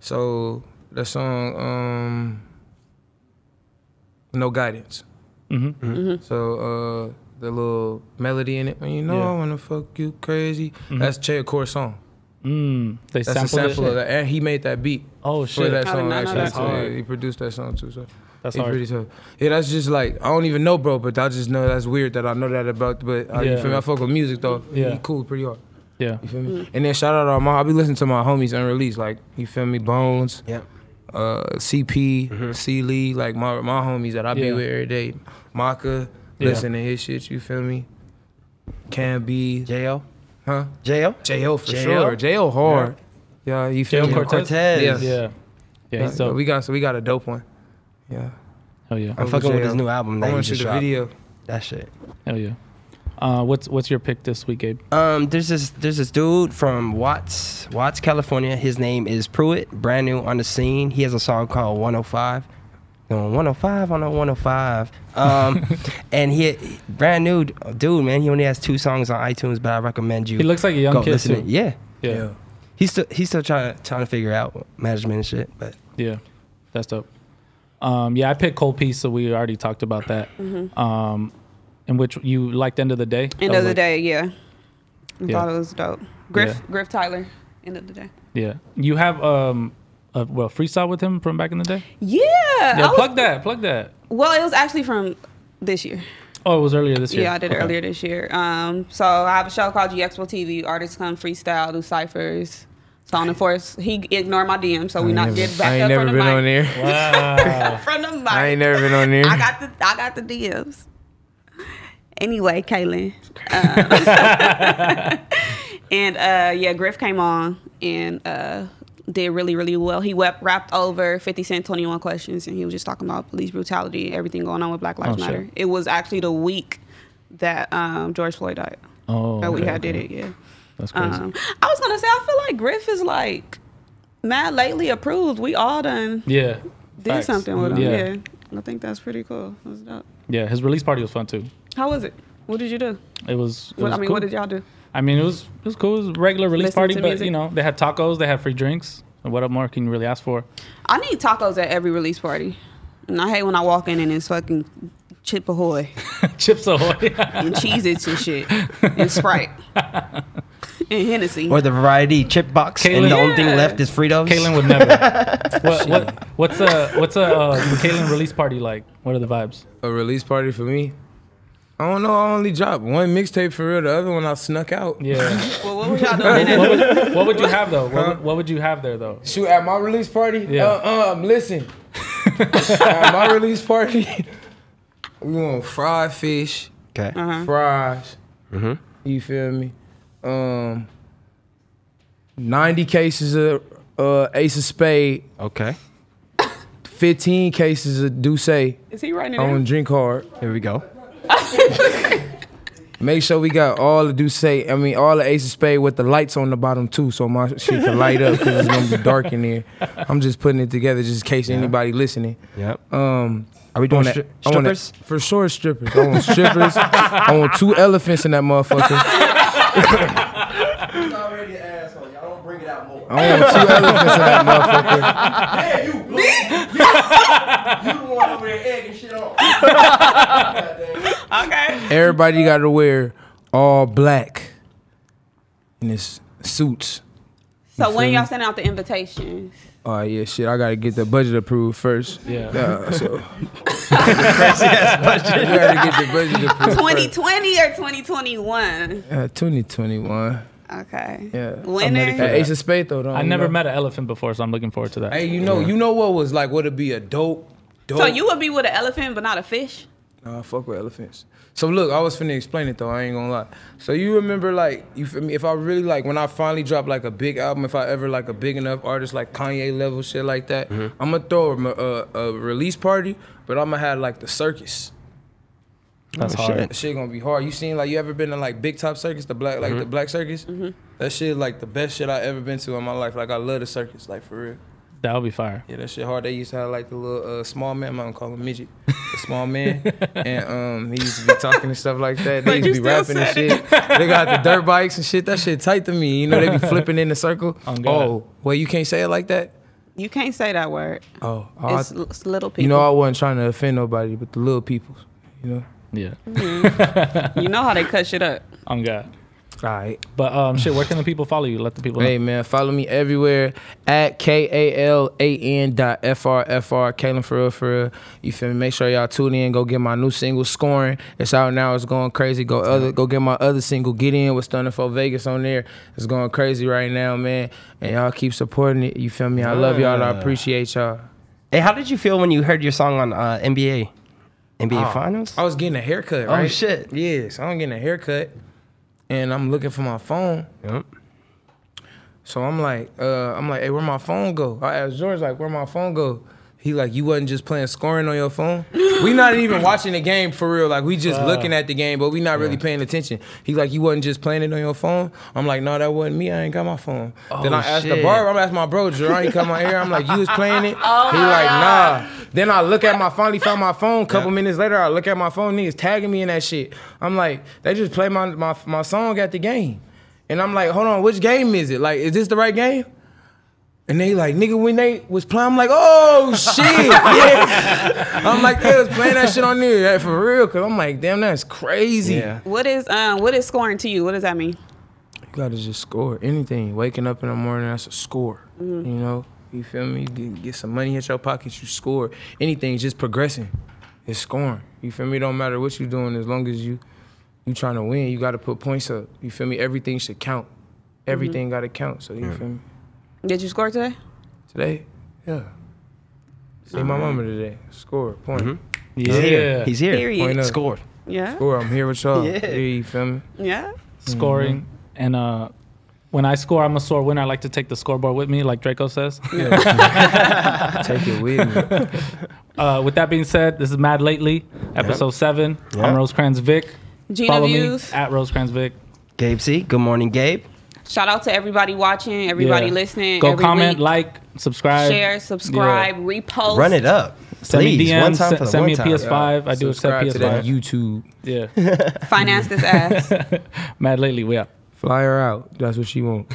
B: so the song, um, No Guidance.
A: Mhm.
B: So uh, the little melody in it, when you know
A: Yeah.
B: I wanna fuck you crazy. That's Che Corey song.
A: Mm, they
B: That's
A: sampled
B: a sample
A: it.
B: of that, and he made that beat.
A: Oh
B: for
A: shit!
B: that
C: I did
B: song
C: not know
B: actually.
A: that.
B: so,
A: That's hard.
B: yeah, he produced that song too. So
A: That's
B: he
A: hard.
B: pretty tough. Yeah, that's just like I don't even know, bro. But I just know that's weird that I know that about. But uh, you
A: Yeah.
B: feel me? I fuck with music though.
A: Yeah.
B: he cool, pretty hard.
A: yeah,
B: You feel me? And then shout out to my I be listening to my homies unreleased. Like you feel me? Bones,
D: Yep.
B: uh, CP, C Lee, like my my homies that I be
A: Mm-hmm. Yeah.
B: with every day. Maka,
A: Yeah.
B: listen to his shit. You feel me? Can be,
D: Jo.
B: huh?
D: Jo.
B: JL for
D: JL?
B: sure. JL hard. Yeah, you feel
A: Jam
B: me?
A: Cortez.
D: Cortez.
B: Yes.
A: Yeah, yeah.
B: Yeah,
A: He's dope.
B: we got so we got a dope one. Yeah.
A: Hell yeah!
D: I'm fucking with
B: J.O.
D: his new album.
B: I
D: That
B: want to
D: he just
B: shoot the
D: dropped.
B: video.
D: That shit.
A: Hell yeah! Uh, what's what's your pick this week, Gabe?
D: Um, there's this there's this dude from Watts, Watts, California. His name is Pruitt, brand new on the scene. He has a song called 105. Going 105 on a 105. Um, and he brand new d- dude, man. He only has two songs on iTunes, but I recommend you.
A: He looks like a young
D: go
A: kid,
D: listen
A: too.
D: To, yeah,
A: Yeah, yeah,
B: Yeah.
D: he's still he's still trying trying to figure out management and shit. But
A: that's dope. Um, yeah, I picked Cold Piece, so we already talked about that. Um, in which you liked End of the Day.
C: Mm-hmm. End
A: That
C: of
A: was
C: the
A: like-
C: day, yeah. I
A: Yeah.
C: thought it was dope. Griff,
A: Yeah.
C: Griff Tyler. End of the day.
A: Yeah, you have um, a, well, freestyle with him from back in the day.
C: Yeah.
A: Yeah,
C: I was-
A: plug that. Plug that.
C: well, it was actually from this year.
A: Oh, it was earlier this year.
C: Yeah, I did it
A: Okay.
C: earlier this year. Um, so I have a show called GXPO TV. Artists come freestyle, do ciphers. So on the force, he ignored my DM, so we not did
B: I
C: back
B: ain't
C: up
B: never
C: from
B: been
C: the mic.
B: on there.
C: From the mic.
B: I ain't never been on there.
C: I got the I got the DMs. Anyway, Kaylin. Um, and uh, yeah, Griff came on and uh, did really, really well. He wept, rapped over 50 Cent 21 questions, and he was just talking about police brutality and everything going on with Black Lives
A: Oh,
C: Matter.
A: shit.
C: It was actually the week that um, George Floyd died.
A: Oh,
C: that we
A: okay,
C: had did
A: okay.
C: it, yeah.
A: That's crazy.
C: Um, I was going to say, I feel like Griff is like mad lately approved. We all done
A: yeah.
C: did
A: Facts.
C: something with him.
A: Yeah.
C: Yeah. I think that's pretty cool. That's dope.
A: Yeah, his release party was fun too.
C: How was it? What did you do?
A: It was. It
C: What,
A: was
C: I mean,
A: cool.
C: what did y'all do?
A: I mean, it was it was cool. It was a regular release
C: Listen
A: party,
C: to
A: but
C: music?
A: you know they had tacos, they had free drinks. And what more can you really ask for?
C: I need tacos at every release party. And I hate when I walk in and it's fucking Chip Ahoy
A: Chips Ahoy.
C: and Cheez Its and shit and Sprite and Hennessy.
D: or the variety chip box, and
A: Kaylin-
D: the only thing
C: Yeah.
D: left is Fritos.
A: Kaylin would never. what, what, what's a what's a uh, Kaylin release party like? What are the vibes?
B: A release party for me? I don't know. I only dropped one mixtape for real. The other one I snuck out.
A: Yeah.
C: well, what was y'all doing?
A: what, would, what would you have though? What, would- what would you have there though?
B: Shoot, at my release party?
A: Yeah.
B: Uh, um, listen. at my release party, we want fried fish,
D: Okay.
B: Uh-huh. fries. You feel me? Um, 90 cases of uh, Ace of Spade,
D: Okay.
B: 15 cases of Douce
C: Is he writing it
A: Oh,
B: on
C: down?
B: drink hard.
D: Here we go.
B: Make sure we got all the Douce, I mean, all the Ace of Spade with the lights on the bottom too, so my shit can light up because it's going to be dark in there. I'm just putting it together just in case anybody listening.
D: Yep.
B: Um,
D: Are
B: I
D: we doing
B: want
D: stri-
B: a- I want a-
D: strippers?
B: for sure, strippers. I want strippers. I want two elephants in that motherfucker.
F: already an asshole. Y'all don't bring it out more.
B: I want two elephants in that motherfucker.
F: Yeah, you. Me? you the one over there egging shit on.
C: Okay.
B: Everybody got to wear all black in his suits.
C: So when y'all send out the invitations?
B: Oh yeah, shit. I gotta get the budget approved first.
A: Yeah.
B: Uh, so. Crazy ass budget. You gotta get the budget approved.
C: 2020 or 2021?
B: Uh, 2021.
C: Okay.
B: Yeah.
C: Winner.
B: Hey, Ace of Spades though. don't
A: I
B: you
A: never
B: know?
A: met an elephant before, so I'm looking forward to that.
B: Hey, you know, you know what was like? Would it be a dope? dope
C: So you would be with an elephant, but not a fish.
B: Nah, I fuck with elephants. So look, I was finna explain it though. I ain't gonna lie. So you remember like you feel me? If I really like when I finally drop like a big album, if I ever like a big enough artist like Kanye level shit like that,
A: Mm-hmm.
B: I'm gonna throw a, a, a release party, but I'm gonna have like the circus.
D: Oh,
A: That's hard.
B: That shit gonna be hard. You seen like you ever been to like Big Top Circus, the black like
A: Mm-hmm.
B: the black circus?
C: Mm-hmm.
B: That shit like the best shit I ever been to in my life. Like I love the circus, like for real.
A: That would be fire.
B: Yeah, that shit hard. They used to have like the little uh, small man. I'm gonna call him midget, the small man, and um, he used to be talking and stuff like that. They
C: But
B: used
C: you
B: to be rapping
C: still
B: and
C: said
B: shit. They got the dirt bikes and shit. That shit tight to me. You know, they be flipping in a circle.
A: God.
B: Oh, well, you can't say it like that.
C: You can't say that word.
B: Oh, oh, I-
C: It's, l- it's little people.
B: you know, I wasn't trying to offend nobody, but the little people. You know,
A: Yeah.
C: you know how they cut shit up.
A: On God.
B: all right.
A: But um, shit, where can the people follow you? Let the people know.
B: Hey man, follow me everywhere at K A L A N dot F R F R Kalen for real for real. You feel me? Make sure y'all tune in. Go get my new single scoring. It's out now. It's going crazy. Go other go get my other single Get In with Stunning for Vegas on there. It's going crazy right now, man. And y'all keep supporting it. You feel me? I love y'all. I appreciate y'all.
D: Hey, how did you feel when you heard your song on uh, NBA? NBA
A: Oh.
D: Finals?
B: I was getting a haircut, right?
D: Oh, shit.
B: Yes, I'm getting a haircut and I'm looking for my phone.
D: Yep.
B: So I'm like, uh, I'm like, hey, where my phone go? I asked George, like, where my phone go? He like, you wasn't just playing scoring on your phone. we not even watching the game for real. Like we just
D: Uh.
B: looking at the game, but we not really paying attention. He like, you wasn't just playing it on your phone. I'm like, no, that wasn't me. I ain't got my phone. then I asked the
D: Oh, shit.
B: barber. I'm asking my bro, Jerron, he come out here. I'm like, you was playing it? he like, nah. Then I look at my finally found my phone. Couple minutes later, I look at my phone. Niggas tagging me in that shit. I'm like, they just play my my my song at the game. And I'm like, hold on, which game is it? Like, is this the right game? And they like, nigga, when they was playing, I'm like, oh shit. yeah. I'm like, they was playing that shit on there like, for real. Cause I'm like, damn, that's crazy.
D: Yeah.
C: What is um what is scoring to you? What does that mean?
B: You gotta just score anything. Waking up in the morning, that's a score. You know, you feel me? You get, get some money in your pockets, you score. Anything, just progressing. It's scoring. You feel me? It don't matter what you're doing, as long as you you trying to win, you gotta put points up. You feel me? Everything should count. Everything gotta count. So you feel me?
C: Did you score today?
B: Today, yeah. See my mama today. Score, point.
A: Mm-hmm.
D: He's here. He's here.
C: Period.
B: Point up.
D: Scored.
C: Yeah.
B: Score, I'm here with y'all.
D: Yeah.
B: yeah you feel me?
C: Yeah.
A: scoring
B: mm-hmm.
A: and uh when I score, I'm a sore winner. I like to take the scoreboard with me, like Draco says.
B: Take it with me.
A: Uh, with that being said, this is Mad Lately, episode seven. I'm Rosecrans Vic.
C: Gina
A: Follow
C: views.
A: me at Rosecrans Vic.
D: Gabe C. Good morning, Gabe.
C: Shout out to everybody watching, everybody
A: Yeah.
C: listening.
A: Go
C: every
A: comment,
C: week.
A: like, subscribe,
C: share, subscribe, repost.
D: Run it up.
A: Send me
D: Please,
A: DMs.
D: one time for
A: send
D: the
A: send
D: one
A: me a
D: time.
A: PS5. I do accept
B: Subscribe to that
A: PS5.
B: YouTube.
A: Yeah.
C: Finance this ass.
A: Mad Lately, we out.
B: Fly her out. That's what she want.